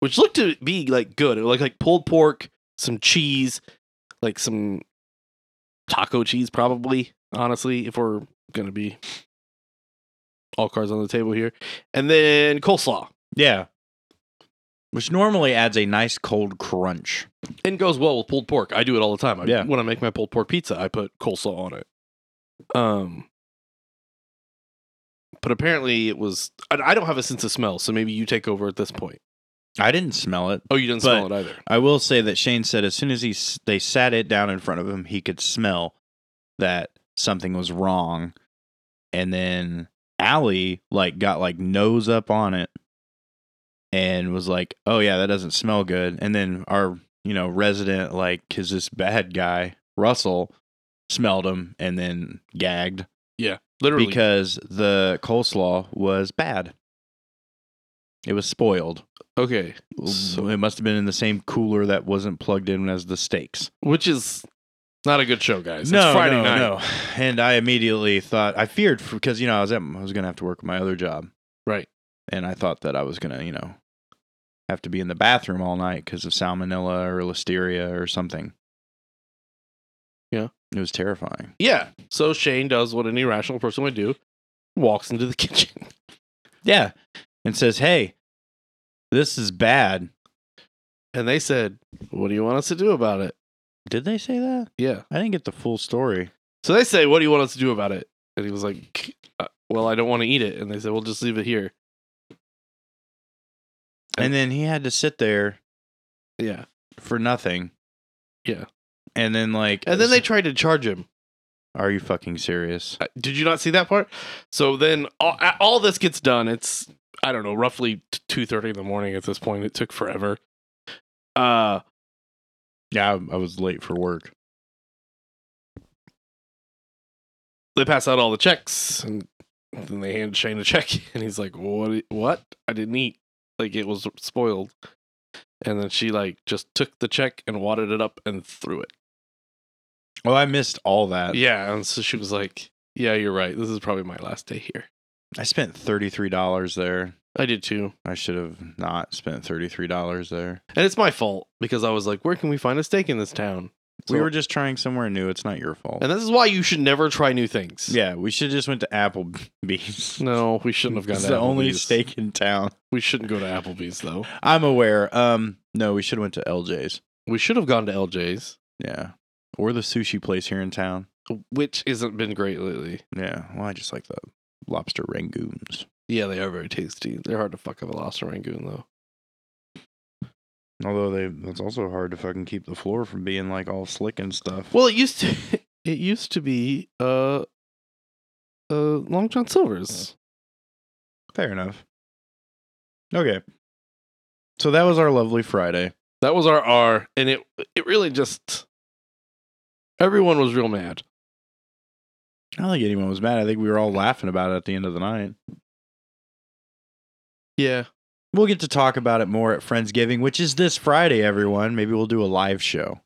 Speaker 2: which looked to be like good. It looked like pulled pork, some cheese, like some taco cheese, probably. Honestly, if we're gonna be all cards on the table here. And then coleslaw.
Speaker 1: Yeah. Which normally adds a nice cold crunch.
Speaker 2: And goes well with pulled pork. I do it all the time. I,
Speaker 1: Yeah.
Speaker 2: When I make my pulled pork pizza, I put coleslaw on it. Um, but apparently it was. I, I don't have a sense of smell, so maybe you take over at this point.
Speaker 1: I didn't smell it.
Speaker 2: Oh, you didn't
Speaker 1: But-
Speaker 2: smell it either.
Speaker 1: I will say that Shane said as soon as he s- they sat it down in front of him, he could smell that something was wrong. And then Allie like got like nose up on it and was like, "Oh yeah, that doesn't smell good." And then our you know resident like is this bad guy Russell smelled him and then gagged
Speaker 2: Literally.
Speaker 1: because the coleslaw was bad. It was spoiled.
Speaker 2: okay. So-
Speaker 1: It must have been in the same cooler that wasn't plugged in as the steaks.
Speaker 2: Which is not a good show, guys.
Speaker 1: no,
Speaker 2: it's Friday
Speaker 1: no,
Speaker 2: night.
Speaker 1: no. And I immediately thought I feared because you know I was at I was gonna have to work my other job,
Speaker 2: Right.
Speaker 1: and I thought that I was gonna you know have to be in the bathroom all night because of salmonella or listeria or something.
Speaker 2: Yeah.
Speaker 1: it was terrifying.
Speaker 2: Yeah. So Shane does what any rational person would do walks into the kitchen.
Speaker 1: Yeah, and says, "Hey, this is bad."
Speaker 2: And they said, What do you want us to do about it?
Speaker 1: Did they say that?
Speaker 2: Yeah.
Speaker 1: I didn't get the full story.
Speaker 2: So they say, "What do you want us to do about it?" And he was like, "Uh, "Well, I don't want to eat it." And they said, "We'll just leave it here."
Speaker 1: And then he had to sit there
Speaker 2: Yeah.
Speaker 1: for nothing.
Speaker 2: Yeah.
Speaker 1: And then like
Speaker 2: And then they tried to charge him.
Speaker 1: Are you fucking serious?
Speaker 2: Uh, Did you not see that part? So then all, a- all this gets done. It's I don't know, roughly two thirty in the morning at this point. It took forever. Uh,
Speaker 1: Yeah, I, I was late for work.
Speaker 2: they pass out all the checks, and then they hand Shane a check, and he's like, "What? What? I didn't eat. Like it was spoiled." And then she like just took the check and wadded it up and threw it.
Speaker 1: Well, Oh, I missed all that.
Speaker 2: Yeah, and so she was like, "Yeah, you're right. This is probably my last day here."
Speaker 1: I spent $33 there.
Speaker 2: I did too,
Speaker 1: I should have not spent $33 there.
Speaker 2: and it's my fault because I was like, "Where can we find a steak in this town?"
Speaker 1: we
Speaker 2: So-
Speaker 1: were just trying somewhere new. It's not your fault.
Speaker 2: and this is why you should never try new things.
Speaker 1: Yeah, we should just went to Applebee's.
Speaker 2: No, we shouldn't have gone.
Speaker 1: It's
Speaker 2: to
Speaker 1: the only
Speaker 2: Applebee's.
Speaker 1: steak in town.
Speaker 2: We shouldn't go to Applebee's though.
Speaker 1: I'm aware. Um, no, we should have went to LJ's.
Speaker 2: We should have gone to LJ's,
Speaker 1: Yeah, or the sushi place here in town.
Speaker 2: which isn't been great lately.
Speaker 1: Yeah. Well, I just like the lobster rangoons.
Speaker 2: Yeah, they are very tasty. They're hard to fuck up a lobster rangoon though.
Speaker 1: Although they, it's also hard to fucking keep the floor from being like all slick and stuff.
Speaker 2: Well, it used to it used to be uh uh Long John Silver's.
Speaker 1: Fair enough. Okay. So that was our lovely Friday.
Speaker 2: That was our R, and it it really just everyone was real mad.
Speaker 1: I don't think anyone was mad. I think we were all laughing about it at the end of the night.
Speaker 2: Yeah,
Speaker 1: We'll get to talk about it more at Friendsgiving, which is this Friday, everyone. Maybe we'll do a live show.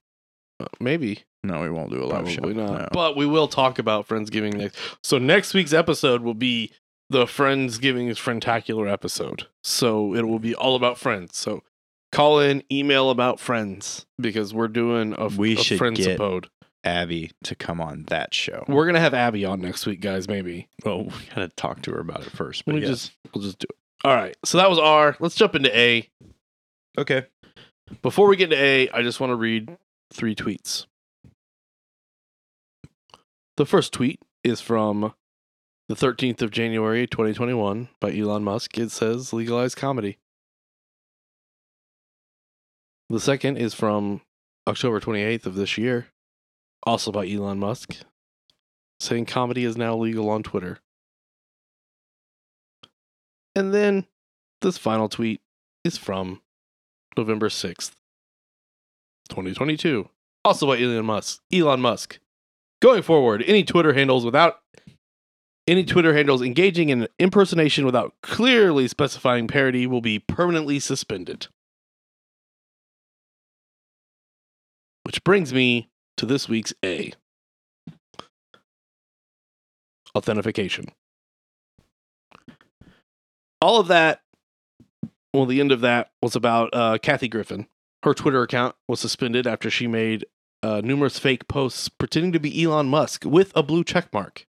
Speaker 2: uh, maybe
Speaker 1: No, we won't do a live show.
Speaker 2: probably not.
Speaker 1: No.
Speaker 2: But we will talk about friendsgiving next. So next week's episode will be the friendsgiving's frientacular episode. So it will be all about friends. So call in, email about friends because we're doing a
Speaker 1: We
Speaker 2: a
Speaker 1: should
Speaker 2: friends
Speaker 1: get-
Speaker 2: episode.
Speaker 1: Abby to come on that show.
Speaker 2: We're gonna have Abby on next week, guys. Maybe.
Speaker 1: Well, we gotta talk to her about it first.
Speaker 2: Let
Speaker 1: But
Speaker 2: me
Speaker 1: yes.
Speaker 2: just we'll just do it. All right. So that was R. Let's jump into A.
Speaker 1: okay.
Speaker 2: Before we get to A, I just want to read three tweets. The first tweet is from the 13th of January 2021 by Elon Musk. It says legalize comedy. The second is from October 28th of this year, also by Elon Musk, saying comedy is now legal on Twitter. And then this final tweet is from November 6th, 2022. Also by Elon Musk. Elon Musk. Going forward, any Twitter handles without any Twitter handles engaging in impersonation without clearly specifying parody will be permanently suspended. Which brings me to this week's A. Authentication. All of that well, the end of that was about uh, Kathy Griffin. Her Twitter account was suspended after she made uh, numerous fake posts pretending to be Elon Musk with a blue check mark.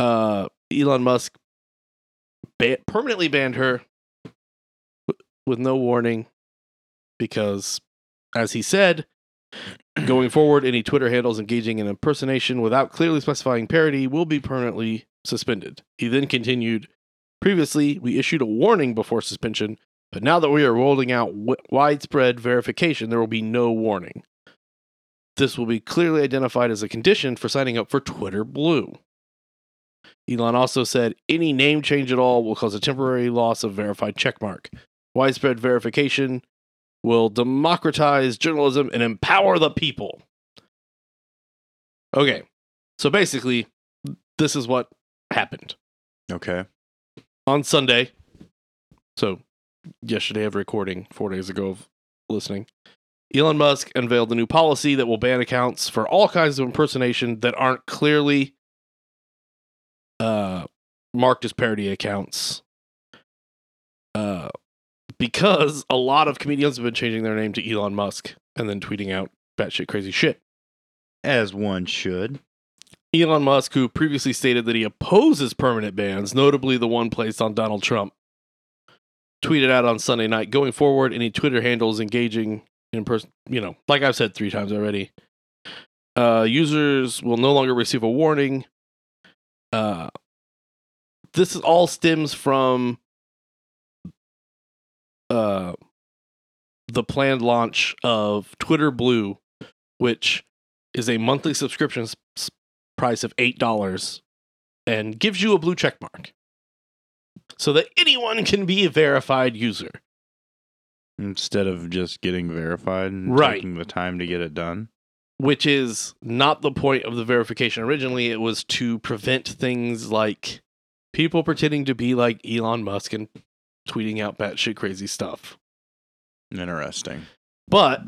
Speaker 2: Uh, Elon Musk ba- permanently banned her w- with no warning because, as he said, going forward, any Twitter handles engaging in impersonation without clearly specifying parody will be permanently suspended. He then continued. Previously, we issued a warning before suspension, but now that we are rolling out w- widespread verification, there will be no warning. This will be clearly identified as a condition for signing up for Twitter Blue. Elon also said any name change at all will cause a temporary loss of verified checkmark. Widespread verification will democratize journalism and empower the people. Okay, so basically, this is what happened
Speaker 1: Okay.
Speaker 2: on Sunday. So, yesterday of recording, four days ago of listening, Elon Musk unveiled a new policy that will ban accounts for all kinds of impersonation that aren't clearly uh, marked as parody accounts. Uh, because a lot of comedians have been changing their name to Elon Musk and then tweeting out batshit crazy shit.
Speaker 1: As one should.
Speaker 2: Elon Musk, who previously stated that he opposes permanent bans, notably the one placed on Donald Trump, tweeted out on Sunday night going forward, any Twitter handles engaging in person, you know, like I've said three times already, uh, users will no longer receive a warning. Uh, this is all stems from uh, the planned launch of Twitter Blue, which is a monthly subscription s- s- price of eight dollars and gives you a blue check mark so that anyone can be a verified user.
Speaker 1: Instead of just getting verified and
Speaker 2: Right.
Speaker 1: taking the time to get it done.
Speaker 2: which is not the point of the verification originally. It was to prevent things like people pretending to be like Elon Musk and tweeting out batshit crazy stuff.
Speaker 1: Interesting.
Speaker 2: But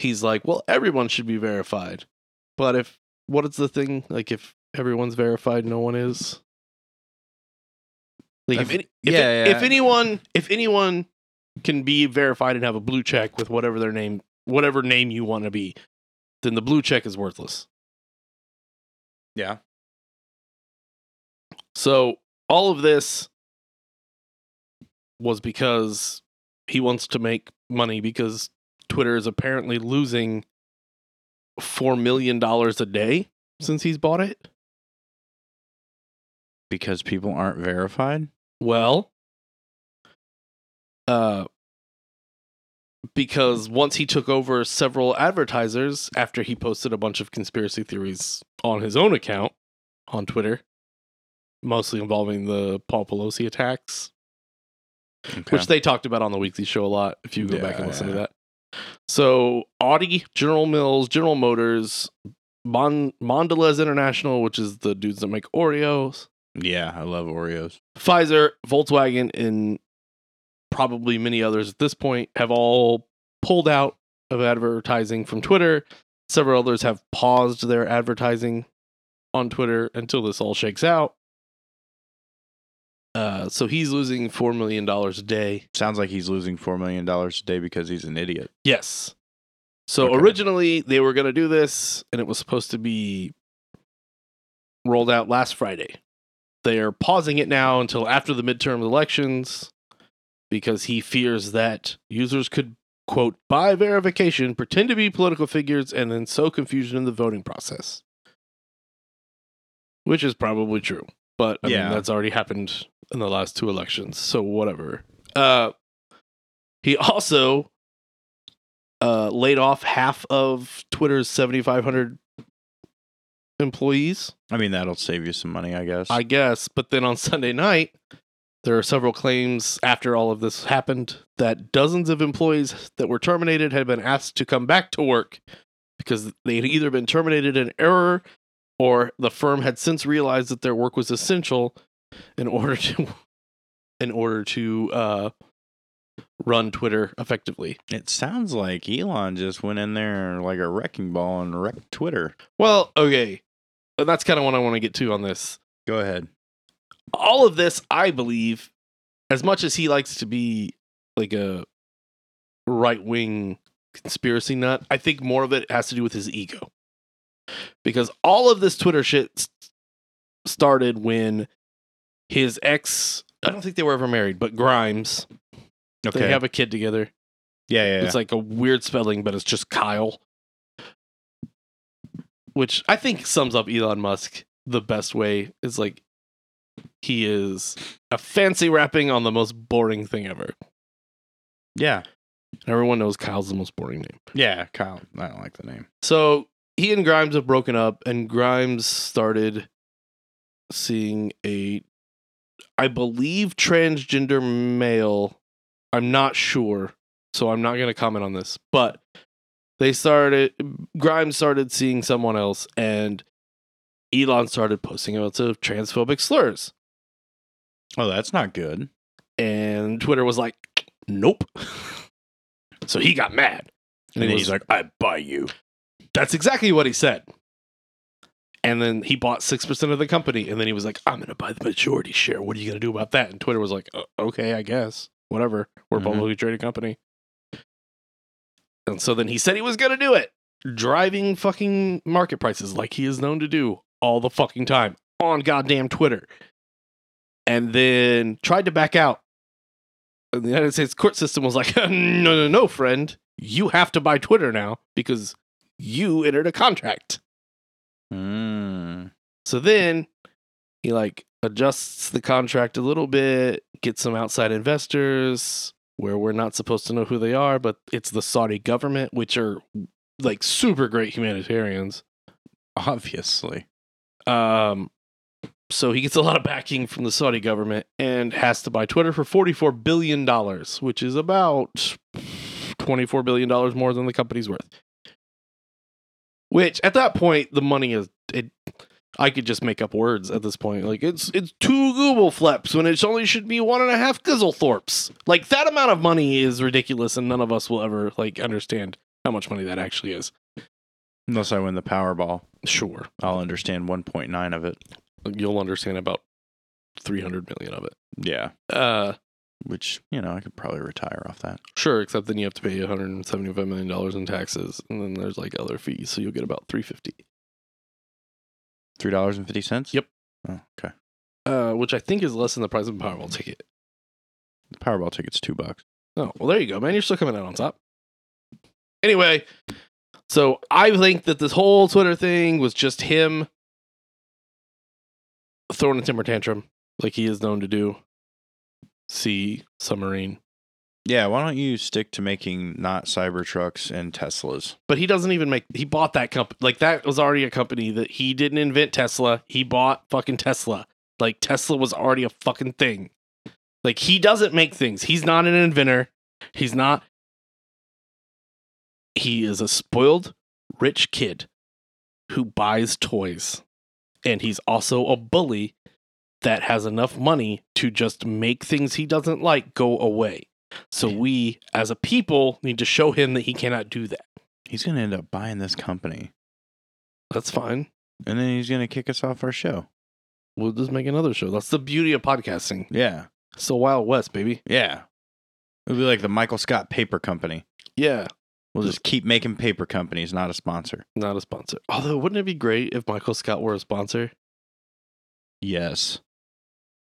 Speaker 2: he's like, well, everyone should be verified. But if what is the thing? Like, if everyone's verified, no one is. Like, if,
Speaker 1: That's-
Speaker 2: any, if,
Speaker 1: yeah,
Speaker 2: if
Speaker 1: yeah.
Speaker 2: anyone, if anyone can be verified and have a blue check with whatever their name, whatever name you want to be, then the blue check is worthless.
Speaker 1: Yeah.
Speaker 2: So all of this was because he wants to make money because Twitter is apparently losing four million dollars a day since he's bought it.
Speaker 1: Because people aren't verified?
Speaker 2: Well, uh, because once he took over several advertisers after he posted a bunch of conspiracy theories on his own account on Twitter, mostly involving the Paul Pelosi attacks, which they talked about on the weekly show a lot. If you go back and listen to
Speaker 1: Yeah.
Speaker 2: that, so Audi, General Mills, General Motors, Mon- Mondelez International, which is the dudes that make Oreos,
Speaker 1: yeah, I love Oreos.
Speaker 2: Pfizer, Volkswagen, and probably many others at this point have all pulled out of advertising from Twitter. Several others have paused their advertising on Twitter until this all shakes out. Uh, so he's losing $4 million a day.
Speaker 1: Sounds like he's losing $4 million a day because he's an idiot.
Speaker 2: Yes. So
Speaker 1: Okay.
Speaker 2: originally they were going to do this and it was supposed to be rolled out last Friday. They are pausing it now until after the midterm elections because he fears that users could quote buy verification, pretend to be political figures and then sow confusion in the voting process. Which is probably true, but I
Speaker 1: Yeah.
Speaker 2: mean that's already happened in the last two elections, so whatever. Uh he also uh, laid off half of Twitter's 7,500 employees,
Speaker 1: I mean, that'll save you some money, I guess.
Speaker 2: I guess. But then on Sunday night, there are several claims after all of this happened that dozens of employees that were terminated had been asked to come back to work because they had either been terminated in error or the firm had since realized that their work was essential in order to in order to uh, run Twitter effectively.
Speaker 1: it sounds like Elon just went in there like a wrecking ball and wrecked Twitter.
Speaker 2: Well, okay. And that's kind of what I want to get to on this.
Speaker 1: Go ahead.
Speaker 2: All of this, I believe, as much as he likes to be like a right wing conspiracy nut, I think more of it has to do with his ego. Because all of this Twitter shit s- started when his ex, I don't think they were ever married, but Grimes,
Speaker 1: Okay.
Speaker 2: they have a kid together.
Speaker 1: yeah, yeah, yeah.
Speaker 2: It's like a weird spelling, but it's just Kyle. Which I think sums up Elon Musk the best way is like he is a fancy rapping on the most boring thing ever.
Speaker 1: yeah.
Speaker 2: Everyone knows Kyle's the most boring name.
Speaker 1: Yeah, Kyle. I don't like the name.
Speaker 2: So he and Grimes have broken up, and Grimes started seeing a, I believe, transgender male. I'm not sure, so I'm not going to comment on this, but they started, Grimes started seeing someone else, and Elon started posting lots of transphobic slurs.
Speaker 1: Oh, that's not good.
Speaker 2: And Twitter was like, nope. so he got mad.
Speaker 1: And,
Speaker 2: he
Speaker 1: then
Speaker 2: was-
Speaker 1: he's like, I buy you.
Speaker 2: That's exactly what he said. And then he bought 6% of the company. And then he was like, I'm going to buy the majority share. What are you going to do about that? And Twitter was like, "Uh, okay, I guess. Whatever. We're a
Speaker 1: Mhm.
Speaker 2: publicly traded company. And so then he said he was going to do it, driving fucking market prices like he is known to do all the fucking time on goddamn Twitter. And then tried to back out. And the United States court system was like, no, no, no, friend. You have to buy Twitter now because you entered a contract.
Speaker 1: Mm.
Speaker 2: So then he like adjusts the contract a little bit, gets some outside investors where we're not supposed to know who they are, but it's the Saudi government, which are like super great humanitarians.
Speaker 1: Obviously.
Speaker 2: Um, so he gets a lot of backing from the Saudi government and has to buy Twitter for $44 billion, which is about $24 billion more than the company's worth. Which at that point, the money is. It, I could just make up words at this point. Like it's it's two Google flaps when it's only should be one and a half Gizzlethorpes. Like that amount of money is ridiculous, and none of us will ever like understand how much money that actually is.
Speaker 1: Unless I win the Powerball,
Speaker 2: Sure,
Speaker 1: I'll understand 1.9 of it.
Speaker 2: you'll understand about three hundred million of it.
Speaker 1: Yeah.
Speaker 2: uh
Speaker 1: which you know I could probably retire off that.
Speaker 2: Sure, except then you have to pay 175 million dollars in taxes, and then there's like other fees, so you'll get about 350,
Speaker 1: Three dollars and fifty cents.
Speaker 2: Yep.
Speaker 1: Oh, okay.
Speaker 2: uh, which I think is less than the price of a Powerball ticket.
Speaker 1: The Powerball ticket's two bucks.
Speaker 2: Oh, well, there you go, man. You're still coming out on top. Anyway, so I think that this whole Twitter thing was just him throwing a temper tantrum, like he is known to do. See submarine,
Speaker 1: Yeah. Why don't you stick to making not Cybertrucks and Teslas?
Speaker 2: but he doesn't even make. He bought that company. Like that was already a company that he didn't invent Tesla. He bought fucking Tesla. Like Tesla was already a fucking thing. Like he doesn't make things. He's not an inventor. He's not. He is a spoiled rich kid who buys toys. And he's also a bully that has enough money to just make things he doesn't like go away. So we as a people need to show him that he cannot do that.
Speaker 1: He's gonna end up buying this company,
Speaker 2: That's fine.
Speaker 1: and then he's gonna kick us off our show.
Speaker 2: We'll just make another show. That's the beauty of podcasting.
Speaker 1: Yeah.
Speaker 2: So Wild West, baby.
Speaker 1: Yeah. It'll be like the Michael Scott Paper Company.
Speaker 2: Yeah.
Speaker 1: We'll just keep making paper companies, not a sponsor.
Speaker 2: Not a sponsor. Although, wouldn't it be great if Michael Scott were a sponsor?
Speaker 1: Yes.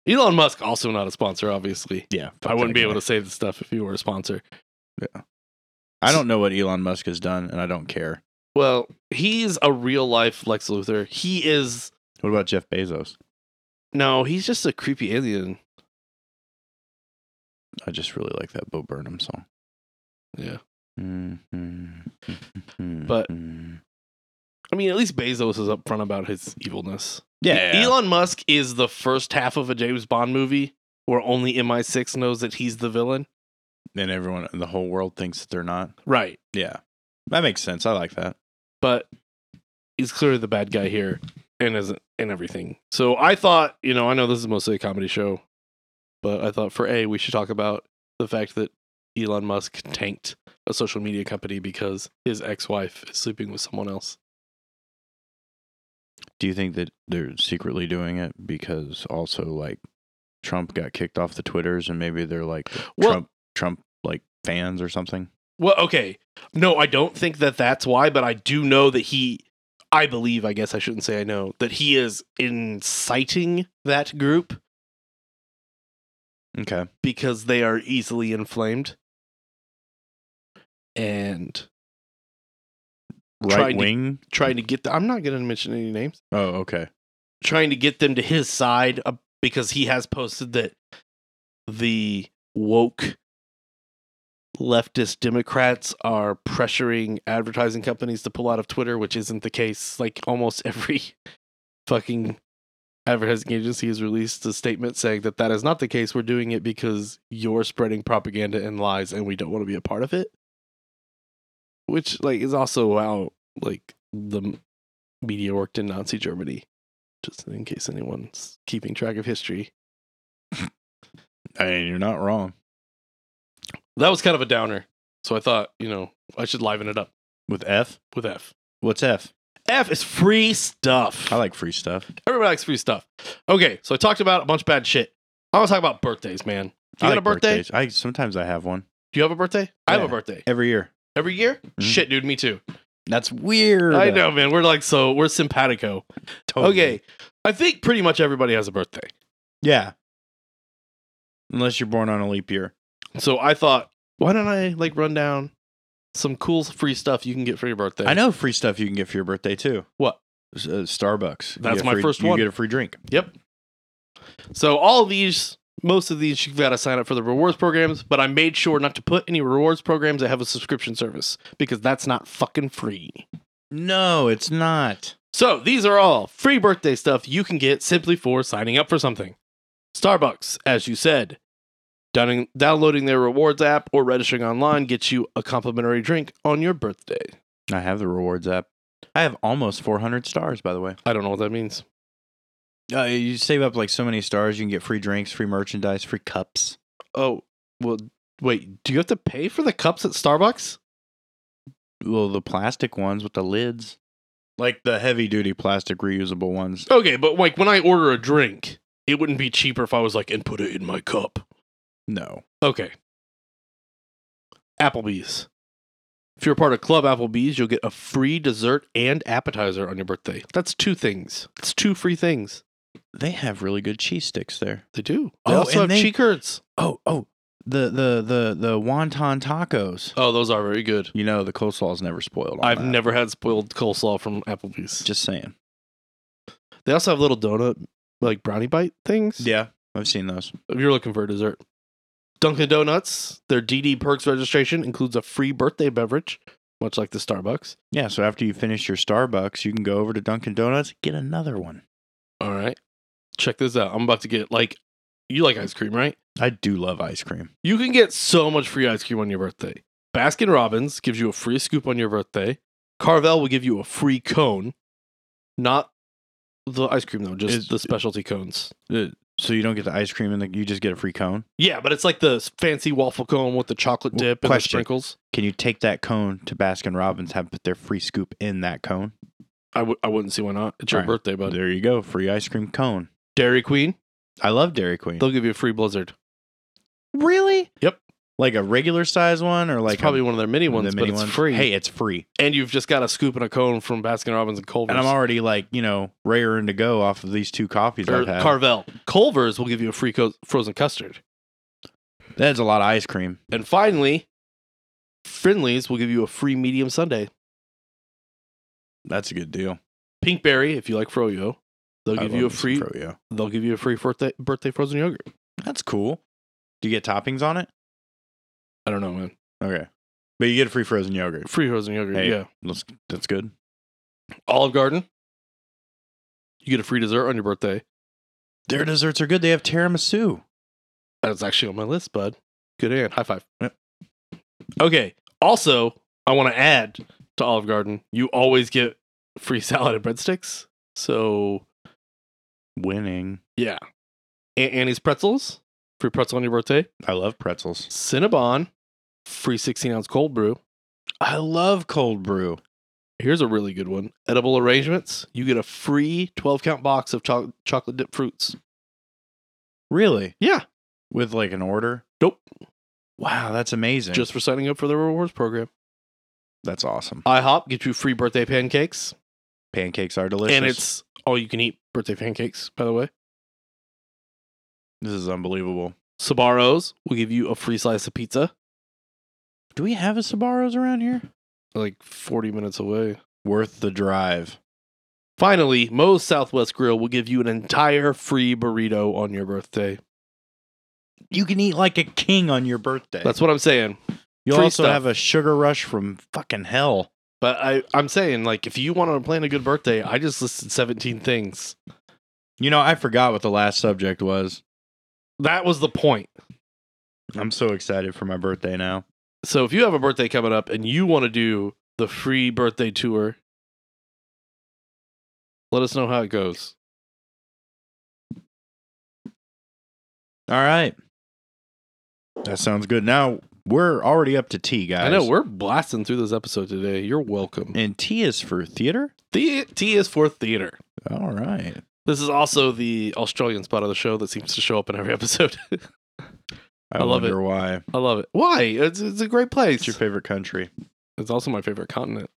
Speaker 2: Elon Musk, also not a sponsor, obviously.
Speaker 1: Yeah.
Speaker 2: I wouldn't be able to say this stuff if he were a sponsor.
Speaker 1: I don't know what Elon Musk has done, and I don't care.
Speaker 2: Well, he's a real life Lex Luthor. He is.
Speaker 1: What about Jeff Bezos?
Speaker 2: No, he's just a creepy alien.
Speaker 1: I just really like that Bo Burnham song.
Speaker 2: Yeah. But-
Speaker 1: But
Speaker 2: I mean, at least Bezos is upfront about his evilness.
Speaker 1: yeah,
Speaker 2: E- Elon Musk is the first half of a James Bond movie where only MI6 knows that he's the villain.
Speaker 1: and everyone, the whole world thinks that they're not.
Speaker 2: Right.
Speaker 1: Yeah, that makes sense. I like that.
Speaker 2: but he's clearly the bad guy here and isn't and everything. So I thought, you know, I know this is mostly a comedy show, but I thought for A, we should talk about the fact that Elon Musk tanked a social media company because his ex-wife is sleeping with someone else.
Speaker 1: Do you think that they're secretly doing it because also like Trump got kicked off the Twitters, and maybe they're like
Speaker 2: Well-
Speaker 1: Trump, Trump like fans or something?
Speaker 2: Well, okay. No, I don't think that that's why, but I do know that he I believe, I guess I shouldn't say I know, that he is inciting that group
Speaker 1: Okay,
Speaker 2: because they are easily inflamed and
Speaker 1: right
Speaker 2: to-
Speaker 1: wing.
Speaker 2: trying to get the, I'm not going to mention any names
Speaker 1: oh, okay.
Speaker 2: trying to get them to his side uh, because he has posted that the woke leftist democrats are pressuring advertising companies to pull out of Twitter which isn't the case like almost every fucking advertising agency has released a statement saying that that is not the case we're doing it because you're spreading propaganda and lies and we don't want to be a part of it which like is also how like the m- media worked in Nazi Germany just in case anyone's keeping track of history.
Speaker 1: I mean, you're not wrong.
Speaker 2: That was kind of a downer. So I thought, you know, I should liven it up
Speaker 1: With F,
Speaker 2: with F.
Speaker 1: what's F?
Speaker 2: F is free stuff.
Speaker 1: I like free stuff.
Speaker 2: Everybody likes free stuff. Okay, so I talked about a bunch of bad shit. I want to talk about birthdays, man. Do
Speaker 1: I
Speaker 2: you got
Speaker 1: like
Speaker 2: a birthday?
Speaker 1: birthdays. I sometimes I have one
Speaker 2: Do you have a birthday? I have a
Speaker 1: Yeah.
Speaker 2: birthday.
Speaker 1: every year.
Speaker 2: Every year?
Speaker 1: Mhm.
Speaker 2: Shit, dude, me too.
Speaker 1: That's weird.
Speaker 2: I know, man. We're like so we're simpatico.
Speaker 1: Totally.
Speaker 2: Okay. I think pretty much everybody has a birthday.
Speaker 1: Yeah. Unless you're born on a leap year.
Speaker 2: So I thought, why don't I like run down some cool free stuff you can get for your birthday?
Speaker 1: I know free stuff you can get for your birthday too.
Speaker 2: What?
Speaker 1: S- uh, Starbucks. You
Speaker 2: That's
Speaker 1: get
Speaker 2: my
Speaker 1: free-
Speaker 2: first
Speaker 1: you
Speaker 2: one.
Speaker 1: get a free drink.
Speaker 2: So all of these, most of these, you've got to sign up for the rewards programs. But I made sure not to put any rewards programs that have a subscription service because that's not fucking free.
Speaker 1: No, it's not.
Speaker 2: So these are all free birthday stuff you can get simply for signing up for something. Starbucks, as you said, Downing- downloading their rewards app or registering online gets you a complimentary drink on your birthday.
Speaker 1: I have the rewards app. I have almost 400 stars, by the way.
Speaker 2: I don't know what that means.
Speaker 1: Uh, you save up like so many stars, you can get free drinks, free merchandise, free cups.
Speaker 2: Oh, well, wait. Do you have to pay for the cups at Starbucks?
Speaker 1: Well, the plastic ones with the lids, like the heavy duty plastic reusable ones.
Speaker 2: Okay, but like when I order a drink, it wouldn't be cheaper if I was like and put it in my cup.
Speaker 1: No.
Speaker 2: Okay. Applebee's. If you're a part of Club Applebee's, you'll get a free dessert and appetizer on your birthday. That's two things. It's two free things.
Speaker 1: They have really good cheese sticks there.
Speaker 2: They do. They
Speaker 1: Oh,
Speaker 2: also
Speaker 1: and
Speaker 2: have
Speaker 1: they-
Speaker 2: cheese curds.
Speaker 1: Oh, oh, the the the the wonton tacos.
Speaker 2: Oh, those are very good.
Speaker 1: You know the coleslaw's never spoiled. on
Speaker 2: I've
Speaker 1: that.
Speaker 2: never had spoiled coleslaw from Applebee's.
Speaker 1: Just saying.
Speaker 2: They also have little donut like brownie bite things.
Speaker 1: Yeah, I've seen those.
Speaker 2: If you're looking for a dessert. Dunkin' Donuts, their DD Perks registration includes a free birthday beverage, much like the Starbucks.
Speaker 1: Yeah, so after you finish your Starbucks, you can go over to Dunkin' Donuts get another one.
Speaker 2: All right. Check this out. I'm about to get like you like ice cream, right?
Speaker 1: I do love ice cream.
Speaker 2: You can get so much free ice cream on your birthday. Baskin Robbins gives you a free scoop on your birthday. Carvel will give you a free cone. Not the ice cream though, just
Speaker 1: Is-
Speaker 2: the specialty cones.
Speaker 1: Uh, So you don't get the ice cream and the, you just get a free cone.
Speaker 2: Yeah, but it's like the fancy waffle cone with the chocolate
Speaker 1: Well,
Speaker 2: dip and the
Speaker 1: question.
Speaker 2: sprinkles.
Speaker 1: Can you take that cone to Baskin Robbins have put their free scoop in that cone?
Speaker 2: I w- I wouldn't see why not. It's your
Speaker 1: Right.
Speaker 2: birthday, bud.
Speaker 1: there you go, free ice cream cone.
Speaker 2: Dairy Queen,
Speaker 1: I love Dairy Queen.
Speaker 2: they'll give you a free Blizzard.
Speaker 1: really?
Speaker 2: Yep.
Speaker 1: Like a regular size one or like
Speaker 2: it's probably
Speaker 1: a,
Speaker 2: one of their mini
Speaker 1: the
Speaker 2: ones,
Speaker 1: mini
Speaker 2: but it's
Speaker 1: ones?
Speaker 2: free.
Speaker 1: Hey, it's free.
Speaker 2: and you've just got a scoop and a cone from Baskin Robbins and Culver's.
Speaker 1: And I'm already like, you know, raring to go off of these two coffees
Speaker 2: or
Speaker 1: I've had.
Speaker 2: Carvel. Culver's will give you a free co- frozen custard.
Speaker 1: That's a lot of ice cream.
Speaker 2: And finally, Finley's will give you a free medium sundae.
Speaker 1: That's a good deal.
Speaker 2: Pinkberry, if you like froyo, they'll
Speaker 1: I
Speaker 2: give
Speaker 1: love
Speaker 2: you a
Speaker 1: me some
Speaker 2: free
Speaker 1: Froyo.
Speaker 2: they'll give you a free birthday birthday frozen yogurt.
Speaker 1: That's cool. Do you get toppings on it?
Speaker 2: I don't know, man.
Speaker 1: Okay. But you get a free frozen yogurt.
Speaker 2: Free frozen yogurt,
Speaker 1: Hey.
Speaker 2: yeah.
Speaker 1: That's, that's good.
Speaker 2: Olive Garden, you get a free dessert on your birthday.
Speaker 1: Their desserts are good. They have tiramisu.
Speaker 2: That's actually on my list, bud. Good and high five. Okay. Also, I want to add to Olive Garden, you always get free salad and breadsticks. So
Speaker 1: Winning.
Speaker 2: yeah, Aunt Annie's pretzels, free pretzel on your birthday.
Speaker 1: I love pretzels.
Speaker 2: Cinnabon, free 16 ounce cold brew.
Speaker 1: I love cold brew.
Speaker 2: Here's a really good one. Edible arrangements. You get a free 12 count box of cho- chocolate dipped fruits.
Speaker 1: Really?
Speaker 2: Yeah.
Speaker 1: With like an order?
Speaker 2: Nope.
Speaker 1: Wow, that's amazing.
Speaker 2: Just for signing up for the rewards program.
Speaker 1: that's awesome.
Speaker 2: IHOP get you free birthday pancakes.
Speaker 1: Pancakes are delicious.
Speaker 2: And it's all you can eat birthday pancakes, by the way.
Speaker 1: this is unbelievable.
Speaker 2: Sabaros will give you a free slice of pizza.
Speaker 1: Do we have a Sabaros around here?
Speaker 2: Like 40 minutes away.
Speaker 1: Worth the drive.
Speaker 2: Finally, Moe's Southwest Grill will give you an entire free burrito on your birthday.
Speaker 1: You can eat like a king on your birthday.
Speaker 2: That's what I'm saying.
Speaker 1: You'll
Speaker 2: free
Speaker 1: also
Speaker 2: stuff.
Speaker 1: have a sugar rush from fucking hell.
Speaker 2: But I, I'm saying, like, if you want to plan a good birthday, I just listed 17 things.
Speaker 1: You know, I forgot what the last subject was.
Speaker 2: That was the point.
Speaker 1: I'm so excited for my birthday now.
Speaker 2: So if you have a birthday coming up and you want to do the free birthday tour, let us know how it goes.
Speaker 1: All right. That sounds good. Now we're already up to T, guys.
Speaker 2: I know we're blasting through this episode today. You're welcome.
Speaker 1: and T is for theater.
Speaker 2: The T is for theater.
Speaker 1: All right.
Speaker 2: This is also the Australian spot of the show that seems to show up in every episode.
Speaker 1: I,
Speaker 2: I love
Speaker 1: wonder why.
Speaker 2: I love it. Why? It's, it's a great place.
Speaker 1: It's your favorite country.
Speaker 2: It's also my favorite continent.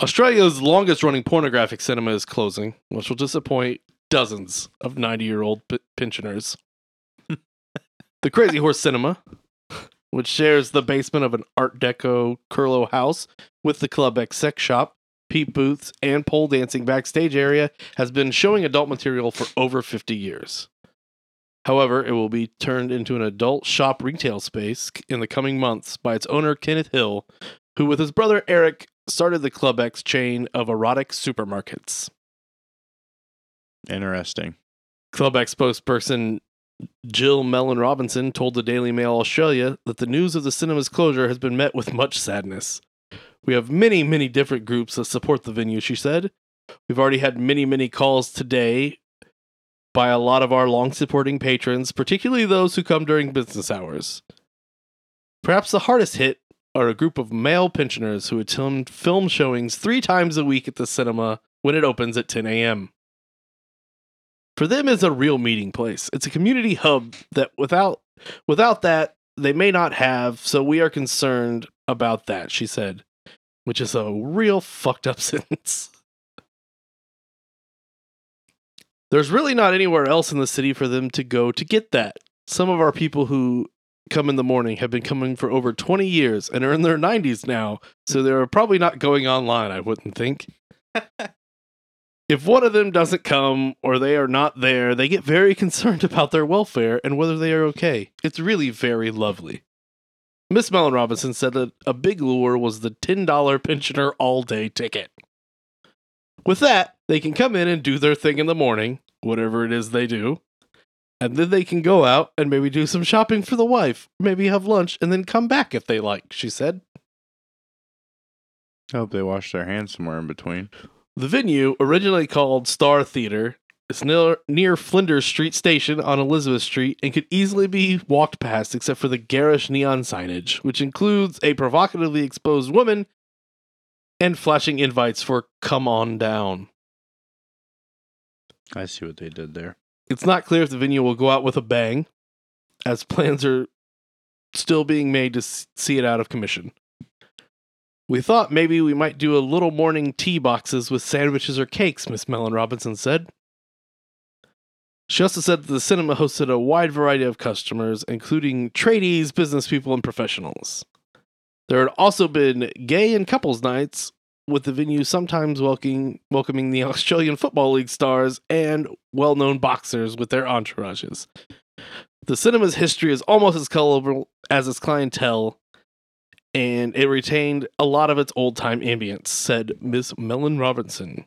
Speaker 2: Australia's longest running pornographic cinema is closing, which will disappoint dozens of 90 year old p- pensioners. the Crazy Horse Cinema, which shares the basement of an Art Deco Curlo house with the Club X sex shop, peep booths, and pole dancing backstage area, has been showing adult material for over 50 years. However, it will be turned into an adult shop retail space c- in the coming months by its owner, Kenneth Hill, who, with his brother Eric, started the Club X chain of erotic supermarkets.
Speaker 1: Interesting.
Speaker 2: Club X spokesperson Jill Mellon Robinson told the Daily Mail Australia that the news of the cinema's closure has been met with much sadness. We have many, many different groups that support the venue, she said. We've already had many, many calls today by a lot of our long supporting patrons, particularly those who come during business hours. Perhaps the hardest hit are a group of male pensioners who attend film showings three times a week at the cinema when it opens at 10 a.m. for them is a real meeting place. It's a community hub that without without that they may not have. So we are concerned about that, she said, which is a real fucked up sentence. There's really not anywhere else in the city for them to go to get that. Some of our people who come in the morning have been coming for over 20 years and are in their 90s now, so they're probably not going online, I wouldn't think. If one of them doesn't come or they are not there, they get very concerned about their welfare and whether they are okay. It's really very lovely. Miss Mellon Robinson said that a big lure was the $10 pensioner all day ticket. With that, they can come in and do their thing in the morning, whatever it is they do, and then they can go out and maybe do some shopping for the wife, maybe have lunch, and then come back if they like, she said.
Speaker 1: I hope they wash their hands somewhere in between.
Speaker 2: The venue, originally called Star Theater, is near, near Flinders Street Station on Elizabeth Street and could easily be walked past except for the garish neon signage, which includes a provocatively exposed woman and flashing invites for come on down.
Speaker 1: I see what they did there.
Speaker 2: It's not clear if the venue will go out with a bang, as plans are still being made to s- see it out of commission. We thought maybe we might do a little morning tea boxes with sandwiches or cakes, Miss Mellon Robinson said. She also said that the cinema hosted a wide variety of customers, including tradies, business people, and professionals. There had also been gay and couples nights, with the venue sometimes welcoming, welcoming the Australian Football League stars and well known boxers with their entourages. The cinema's history is almost as colorful as its clientele, and it retained a lot of its old time ambience, said Miss Mellon Robinson.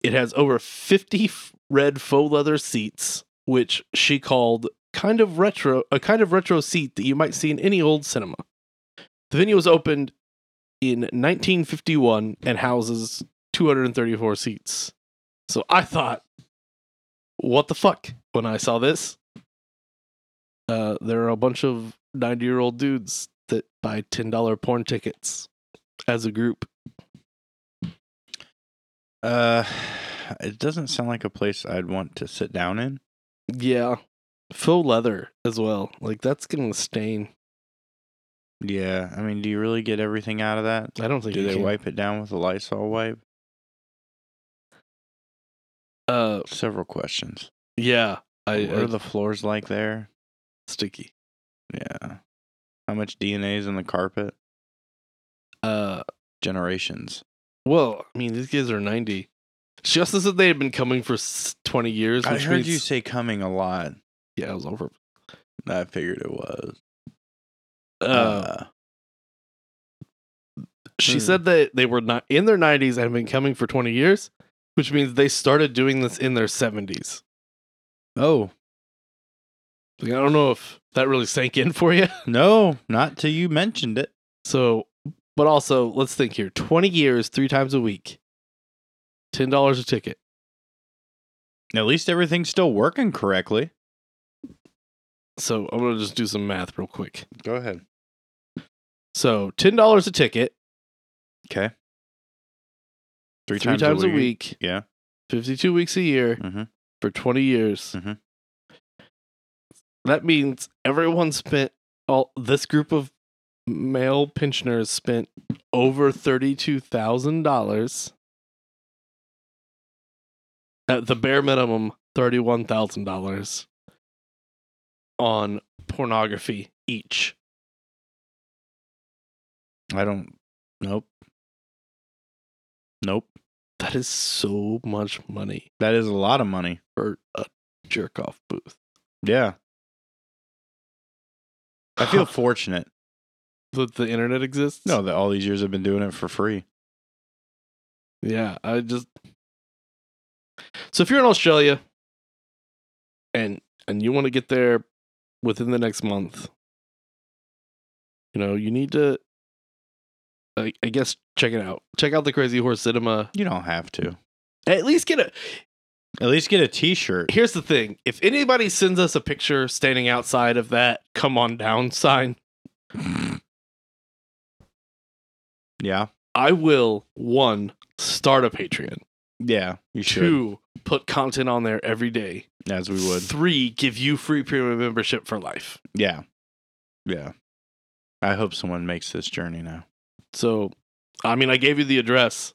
Speaker 2: It has over 50 f- red faux leather seats, which she called kind of retro, a kind of retro seat that you might see in any old cinema. The venue was opened in 1951 and houses 234 seats. So I thought, what the fuck when I saw this? Uh, there are a bunch of 90 year old dudes that buy $10 porn tickets as a group.
Speaker 1: Uh, it doesn't sound like a place I'd want to sit down in.
Speaker 2: Yeah. Faux leather as well. Like that's going to stain.
Speaker 1: Yeah, I mean, do you really get everything out of that?
Speaker 2: I don't think
Speaker 1: Do
Speaker 2: you
Speaker 1: they
Speaker 2: can.
Speaker 1: wipe it down with a Lysol wipe?
Speaker 2: Uh,
Speaker 1: Several questions.
Speaker 2: yeah. I,
Speaker 1: what
Speaker 2: I
Speaker 1: are the floors like there?
Speaker 2: sticky.
Speaker 1: Yeah. How much DNA is in the carpet?
Speaker 2: Uh,
Speaker 1: Generations.
Speaker 2: well, I mean, these kids are 90. She also said they had been coming for s- 20 years.
Speaker 1: I
Speaker 2: which
Speaker 1: heard
Speaker 2: means-
Speaker 1: you say coming a lot.
Speaker 2: Yeah, it was over.
Speaker 1: I figured it was.
Speaker 2: Uh,
Speaker 1: Uh,
Speaker 2: she
Speaker 1: hmm.
Speaker 2: said that they were not in their 90s and have been coming for 20 years, which means they started doing this in their 70s.
Speaker 1: oh,
Speaker 2: Like, I don't know if that really sank in for you.
Speaker 1: no, not till you mentioned it.
Speaker 2: So, but also, let's think here 20 years, three times a week, $10 a ticket.
Speaker 1: At least everything's still working correctly.
Speaker 2: So, I'm going to just do some math real quick.
Speaker 1: Go ahead.
Speaker 2: So, $10 a ticket,
Speaker 1: Okay.
Speaker 2: three, times, a, week.
Speaker 1: Yeah.
Speaker 2: 52 weeks a year
Speaker 1: Mm-hmm.
Speaker 2: for 20 years.
Speaker 1: Mhm.
Speaker 2: That means everyone spent all this group of male pensioners spent over $32,000 at the bare minimum $31,000 on pornography each.
Speaker 1: I don't. Nope. Nope.
Speaker 2: That is so much money
Speaker 1: That is a lot of money.
Speaker 2: for a jerk off booth.
Speaker 1: Yeah. I feel fortunate.
Speaker 2: that the internet exists.
Speaker 1: No, that all these years I've been doing it for free.
Speaker 2: Yeah, I just So if you're in Australia and and you want to get there within the next month, you know, you need to I, I guess check it out. Check out the Crazy Horse Cinema.
Speaker 1: You don't have to.
Speaker 2: At least get a
Speaker 1: At least get a T-shirt.
Speaker 2: Here's the thing. If anybody sends us a picture standing outside of that come on down sign,
Speaker 1: yeah.
Speaker 2: I will one start a Patreon.
Speaker 1: Yeah, you should.
Speaker 2: Two, put content on there every day.
Speaker 1: As we would.
Speaker 2: Three, give you free premium membership for life.
Speaker 1: Yeah. Yeah. I hope someone makes this journey now.
Speaker 2: So, I mean, I gave you the address.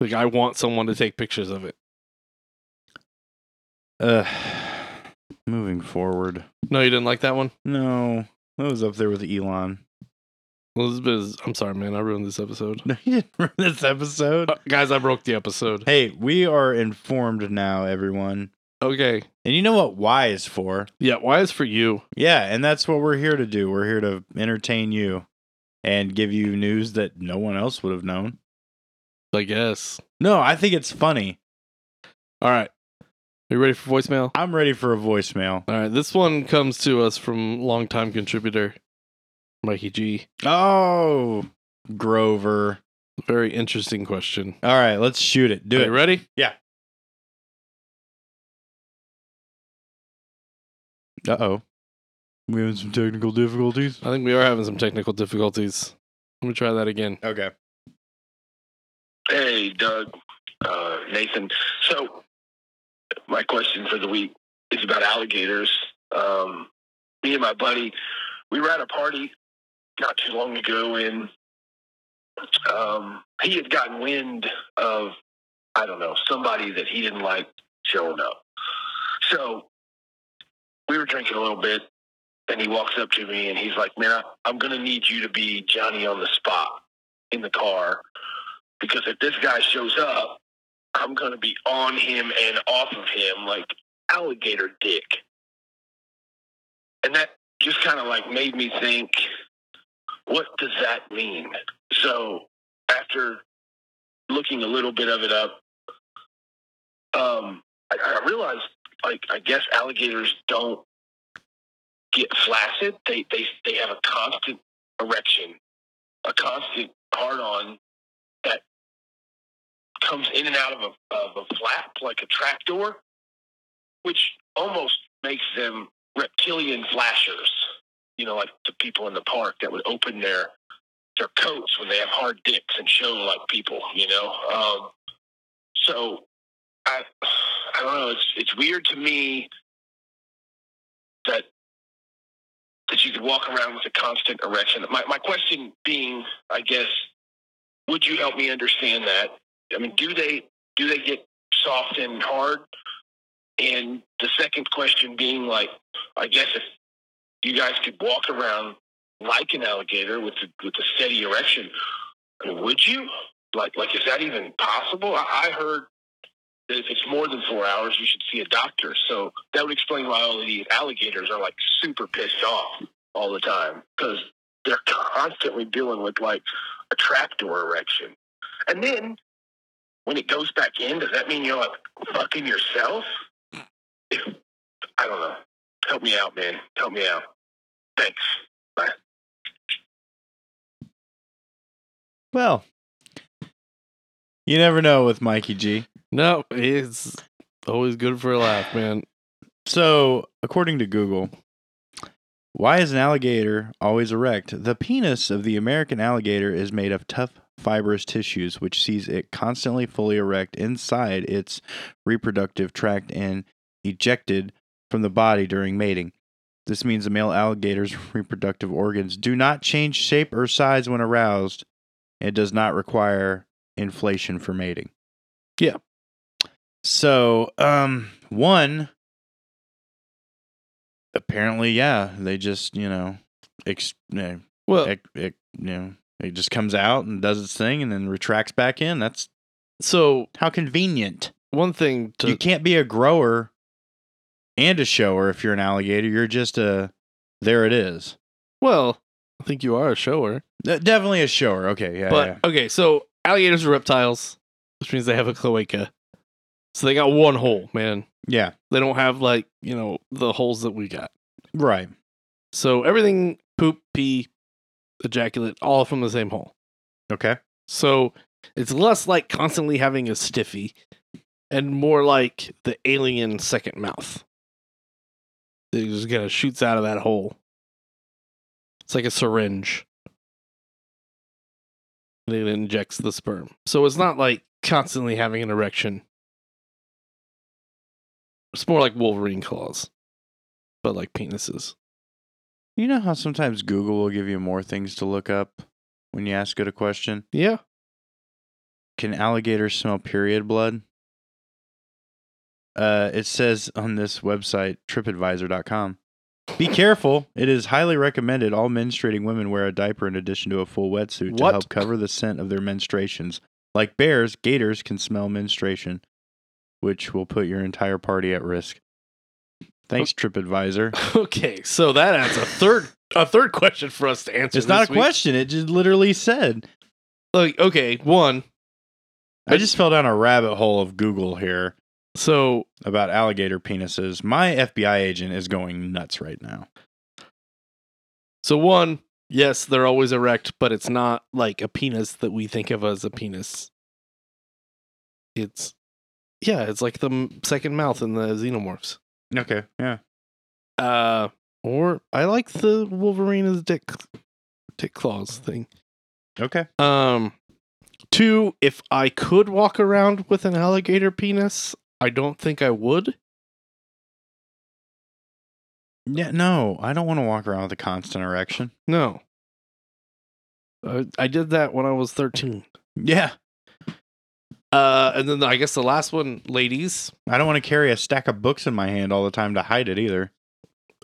Speaker 2: Like, I want someone to take pictures of it.
Speaker 1: Uh, moving forward.
Speaker 2: No, you didn't like that one?
Speaker 1: No, that was up there with Elon.
Speaker 2: Elizabeth is, I'm sorry, man. I ruined this episode.
Speaker 1: No, you didn't ruin this episode.
Speaker 2: Uh, guys, I broke the episode.
Speaker 1: Hey, we are informed now, everyone.
Speaker 2: Okay.
Speaker 1: And you know what Y is for?
Speaker 2: Yeah. Why is for you?
Speaker 1: Yeah, and that's what we're here to do. We're here to entertain you and give you news that no one else would have known.
Speaker 2: I guess.
Speaker 1: No, I think it's funny.
Speaker 2: All right. Are you ready for voicemail?
Speaker 1: I'm ready for a voicemail.
Speaker 2: All right. This one comes to us from longtime contributor Mikey G.
Speaker 1: Oh, Grover.
Speaker 2: Very interesting question.
Speaker 1: All right, let's shoot it. Do
Speaker 2: Are
Speaker 1: it.
Speaker 2: you ready?
Speaker 1: Uh oh. We had some technical difficulties.
Speaker 2: I think we are having some technical difficulties. Let me try that again.
Speaker 1: Okay.
Speaker 3: Hey, Doug, uh, Nathan. So, my question for the week is about alligators. Um, me and my buddy, we were at a party not too long ago, and um, he had gotten wind of, I don't know, somebody that he didn't like showing up. So, we were drinking a little bit, and he walks up to me and he's like, Man, I, I'm going to need you to be Johnny on the spot in the car because if this guy shows up, I'm gonna be on him and off of him like alligator dick. And that just kind of like made me think, what does that mean? So after looking a little bit of it up, um, I, I realized like I guess alligators don't get flaccid. They they they have a constant erection, a constant hard on comes in and out of a, of a flap like a trapdoor, which almost makes them reptilian flashers. You know, like the people in the park that would open their their coats when they have hard dicks and show like people. You know, um, so I I don't know. It's it's weird to me that that you could walk around with a constant erection. My my question being, I guess, would you help me understand that? I mean, do they do they get soft and hard? And the second question being like, I guess if you guys could walk around like an alligator with a, with a steady erection, I mean, would you? Like, like is that even possible? I, I heard that if it's more than four hours, you should see a doctor. So that would explain why all of these alligators are like super pissed off all the time because they're constantly dealing with like a trapdoor erection. And then when it goes back in, does that mean you're like fucking yourself? If- I don't know. Help me out, man. Help me out. Thanks. Bye.
Speaker 1: Well, you never know with Mikey G.
Speaker 2: No, it's always good for a laugh, man.
Speaker 1: So, according to Google, why is an alligator always erect? The penis of the American alligator is made of tough, fibrous tissues, which sees it constantly fully erect inside its reproductive tract and ejected from the body during mating. This means the male alligator's reproductive organs do not change shape or size when aroused and does not require inflation for mating.
Speaker 2: Yeah.
Speaker 1: So, um, one, apparently, yeah, they just, you know, ex- you know,
Speaker 2: Well,
Speaker 1: it, it you know it just comes out and does its thing and then retracts back in. That's
Speaker 2: so
Speaker 1: how convenient.
Speaker 2: one thing to
Speaker 1: you can't be a grower and a shower if you're an alligator. You're just a there it is.
Speaker 2: well, I think you are a shower,
Speaker 1: Uh, Definitely a shower. Okay, yeah.
Speaker 2: but
Speaker 1: yeah.
Speaker 2: okay. So alligators are reptiles, which means they have a cloaca. So they got one hole, man.
Speaker 1: yeah,
Speaker 2: They don't have like you know the holes that we got.
Speaker 1: right.
Speaker 2: So everything poop, pee, ejaculate, all from the same hole.
Speaker 1: Okay.
Speaker 2: So it's less like constantly having a stiffy and more like the alien second mouth. It just kind of shoots out of that hole. It's like a syringe. And it injects the sperm. So it's not like constantly having an erection. It's more like Wolverine claws, but like penises.
Speaker 1: You know how sometimes Google will give you more things to look up when you ask it a question?
Speaker 2: Yeah.
Speaker 1: Can alligators smell period blood? Uh, it says on this website, tripadvisor.com. Be careful. It is highly recommended all menstruating women wear a diaper in addition to a full wetsuit to
Speaker 2: What?
Speaker 1: help cover the scent of their menstruations. Like bears, gators can smell menstruation, which will put your entire party at risk. Thanks, TripAdvisor.
Speaker 2: Okay, so that adds a third a third question for us to answer.
Speaker 1: It's not
Speaker 2: this
Speaker 1: a
Speaker 2: week.
Speaker 1: question. It just literally said.
Speaker 2: Like, okay, one.
Speaker 1: I just fell down a rabbit hole of Google here
Speaker 2: So
Speaker 1: about alligator penises. My FBI agent is going nuts right now.
Speaker 2: so one. Yes, they're always erect, but it's not like a penis that we think of as a penis. It's yeah, it's like the m- second mouth in the xenomorphs.
Speaker 1: Okay. Yeah.
Speaker 2: Uh, or I like the Wolverine as dick dick claws thing.
Speaker 1: Okay.
Speaker 2: Um, two, if I could walk around with an alligator penis, I don't think I would.
Speaker 1: Yeah, no, I don't want to walk around with a constant erection.
Speaker 2: No. Uh, I did that when I was 13.
Speaker 1: Yeah.
Speaker 2: Uh, and then I guess the last one, ladies,
Speaker 1: I don't want to carry a stack of books in my hand all the time to hide it either.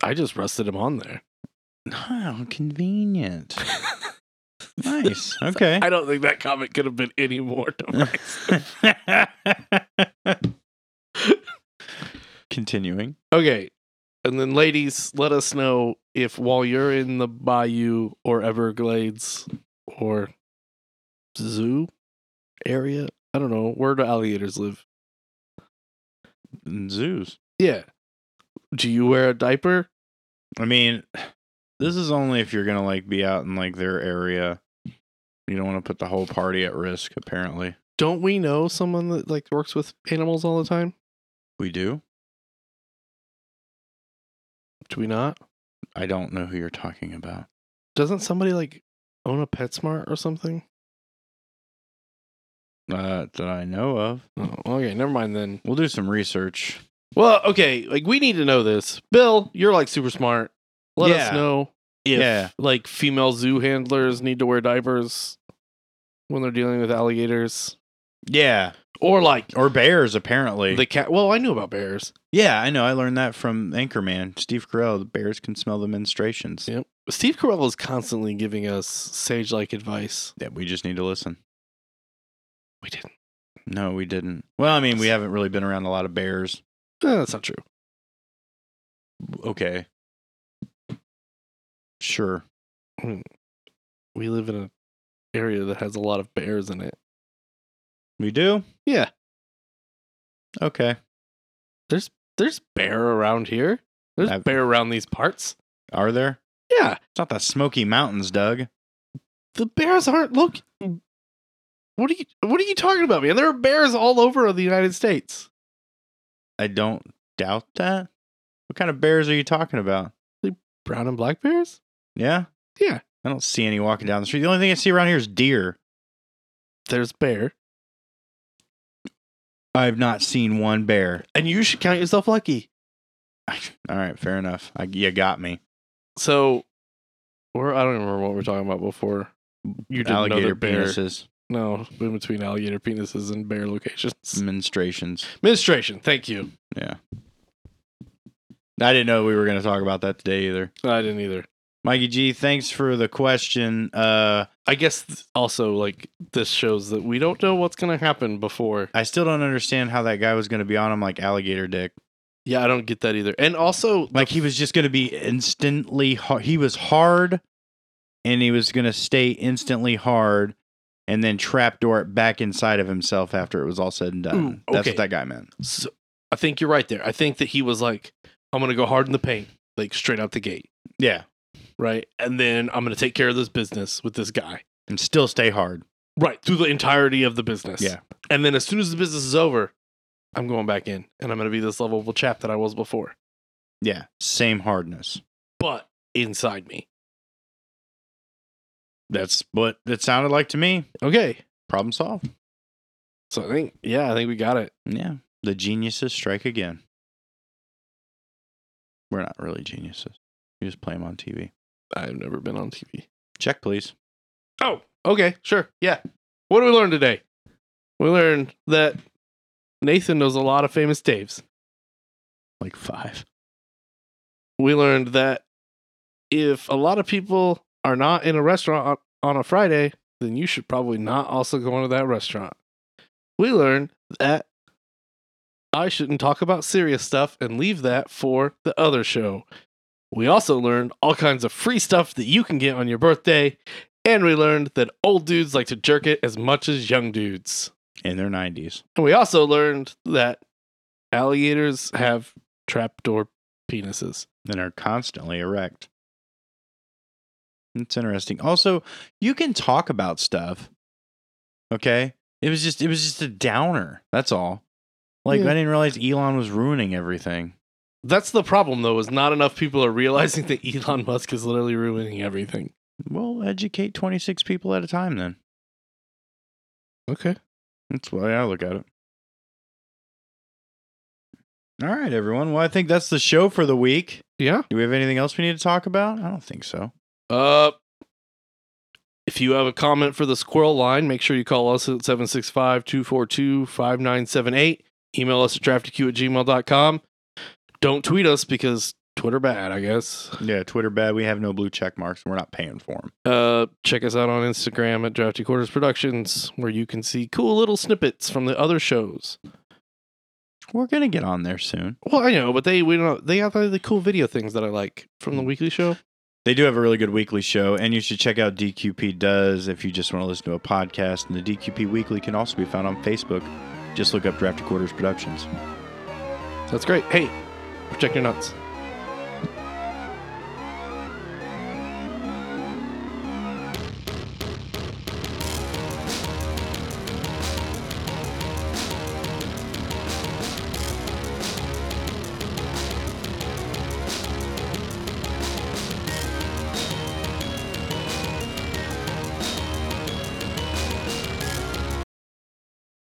Speaker 2: I just rested him on there.
Speaker 1: How convenient. nice. Okay.
Speaker 2: I don't think that comment could have been any more divisive.
Speaker 1: Continuing.
Speaker 2: okay. And then, ladies, let us know if while you're in the bayou or Everglades or zoo area, I don't know, where do alligators live?
Speaker 1: Zoos.
Speaker 2: Yeah. Do you wear a diaper?
Speaker 1: I mean, this is only if you're gonna like be out in like their area. You don't want to put the whole party at risk. Apparently,
Speaker 2: Don't we know someone that like works with animals all the time?
Speaker 1: we do.
Speaker 2: Do we not?
Speaker 1: I don't know who you're talking about.
Speaker 2: Doesn't somebody like own a PetSmart or something?
Speaker 1: Uh, that I know of.
Speaker 2: Oh, okay, never mind then.
Speaker 1: We'll do some research.
Speaker 2: Well, okay, like we need to know this. Bill, you're like super smart. Let
Speaker 1: Yeah.
Speaker 2: us know if
Speaker 1: Yeah.
Speaker 2: like female zoo handlers need to wear diapers when they're dealing with alligators
Speaker 1: Yeah,
Speaker 2: or like
Speaker 1: or bears apparently.
Speaker 2: the cat. Well, I knew about bears.
Speaker 1: yeah, I know. I learned that from Anchorman, Steve Carell. The bears can smell the menstruations.
Speaker 2: Yeah. Steve Carell is constantly giving us sage-like advice.
Speaker 1: That we just need to listen.
Speaker 2: We didn't.
Speaker 1: No, we didn't. Well, I mean, we haven't really been around a lot of bears.
Speaker 2: Eh, that's not true.
Speaker 1: Okay. Sure.
Speaker 2: We live in an area that has a lot of bears in it.
Speaker 1: We do?
Speaker 2: Yeah.
Speaker 1: Okay.
Speaker 2: There's bear around here. There's
Speaker 1: I've-
Speaker 2: bear around these parts.
Speaker 1: Are there?
Speaker 2: Yeah,
Speaker 1: It's not the Smoky Mountains, Doug.
Speaker 2: the bears aren't look. What are you? What are you talking about, man? There are bears all over the United States.
Speaker 1: I don't doubt that. What kind of bears are you talking about?
Speaker 2: Brown and black bears.
Speaker 1: Yeah?
Speaker 2: Yeah.
Speaker 1: I don't see any walking down the street. The only thing I see around here is deer.
Speaker 2: There's bear,
Speaker 1: I've not seen one bear.
Speaker 2: and you should count yourself lucky.
Speaker 1: All right, fair enough. I, you got me.
Speaker 2: So, or I don't even remember what we were talking about before. You didn't know
Speaker 1: Alligator
Speaker 2: that bear.
Speaker 1: penises,
Speaker 2: No, in between alligator penises and bear locations.
Speaker 1: Mm. menstruations.
Speaker 2: Menstruation. Thank you.
Speaker 1: Yeah. I didn't know we were going to talk about that today either.
Speaker 2: I didn't either.
Speaker 1: Mikey G, thanks for the question. Uh,
Speaker 2: I guess th- also like this shows that we don't know what's gonna happen before.
Speaker 1: I still don't understand how that guy was going to be on him like alligator dick.
Speaker 2: Yeah, I don't get that either. And also,
Speaker 1: Like he was just going to be instantly hard. He was hard and he was going to stay instantly hard and then trapdoor it back inside of himself after it was all said and done.
Speaker 2: Ooh,
Speaker 1: That's
Speaker 2: okay.
Speaker 1: what that guy meant.
Speaker 2: So, I think you're right there. I think that he was like, I'm going to go hard in the paint, like straight out the gate,
Speaker 1: Yeah.
Speaker 2: right? And then I'm going to take care of this business with this guy,
Speaker 1: And still stay hard.
Speaker 2: right? Through the entirety of the business.
Speaker 1: Yeah.
Speaker 2: And then as soon as the business is over, I'm going back in and I'm going to be this lovable chap that I was before,
Speaker 1: Yeah. Same hardness.
Speaker 2: but inside me.
Speaker 1: That's what it sounded like to me.
Speaker 2: Okay.
Speaker 1: Problem solved.
Speaker 2: So I think, yeah, I think we got it.
Speaker 1: Yeah. The geniuses strike again. We're not really geniuses. We just play them on TV.
Speaker 2: I've never been on TV.
Speaker 1: Check, please.
Speaker 2: Oh, okay, sure, yeah. What did we learn today? We learned that Nathan knows a lot of famous Daves.
Speaker 1: Like five.
Speaker 2: We learned that if a lot of people are not in a restaurant on on a Friday, then you should probably not also go into that restaurant. We learned that I shouldn't talk about serious stuff and leave that for the other show. We also learned all kinds of free stuff that you can get on your birthday, and we learned that old dudes like to jerk it as much as young dudes.
Speaker 1: In their 90s.
Speaker 2: And we also learned that alligators have trapdoor penises.
Speaker 1: and are constantly erect. It's interesting. Also, you can talk about stuff. Okay? It was just it was just a downer. That's all. Like
Speaker 2: Yeah.
Speaker 1: I didn't realize Elon was ruining everything.
Speaker 2: That's the problem, though, is not enough people are realizing that Elon Musk is literally ruining everything.
Speaker 1: Well, educate 26 people at a time then.
Speaker 2: Okay.
Speaker 1: That's the way I look at it. All right, everyone. Well, I think that's the show for the week.
Speaker 2: Yeah.
Speaker 1: Do we have anything else we need to talk about? I don't think so.
Speaker 2: Uh, if you have a comment for the squirrel line, make sure you call us at 765 242 5978. Email us at draftyq at gmail.com. Don't tweet us because Twitter bad, I guess.
Speaker 1: Yeah, Twitter bad. We have no blue check marks. and We're not paying for them.
Speaker 2: Uh, check us out on Instagram at Drafty Quarters Productions, where you can see cool little snippets from the other shows.
Speaker 1: We're gonna get on there soon.
Speaker 2: Well, I know, but they we don't they have the cool video things that I like from the weekly show.
Speaker 1: They do have a really good weekly show, and you should check out DQP Does if you just want to listen to a podcast. And the DQP Weekly can also be found on Facebook. Just look up Drafty Quarters Productions.
Speaker 2: That's great. Hey, protect your nuts.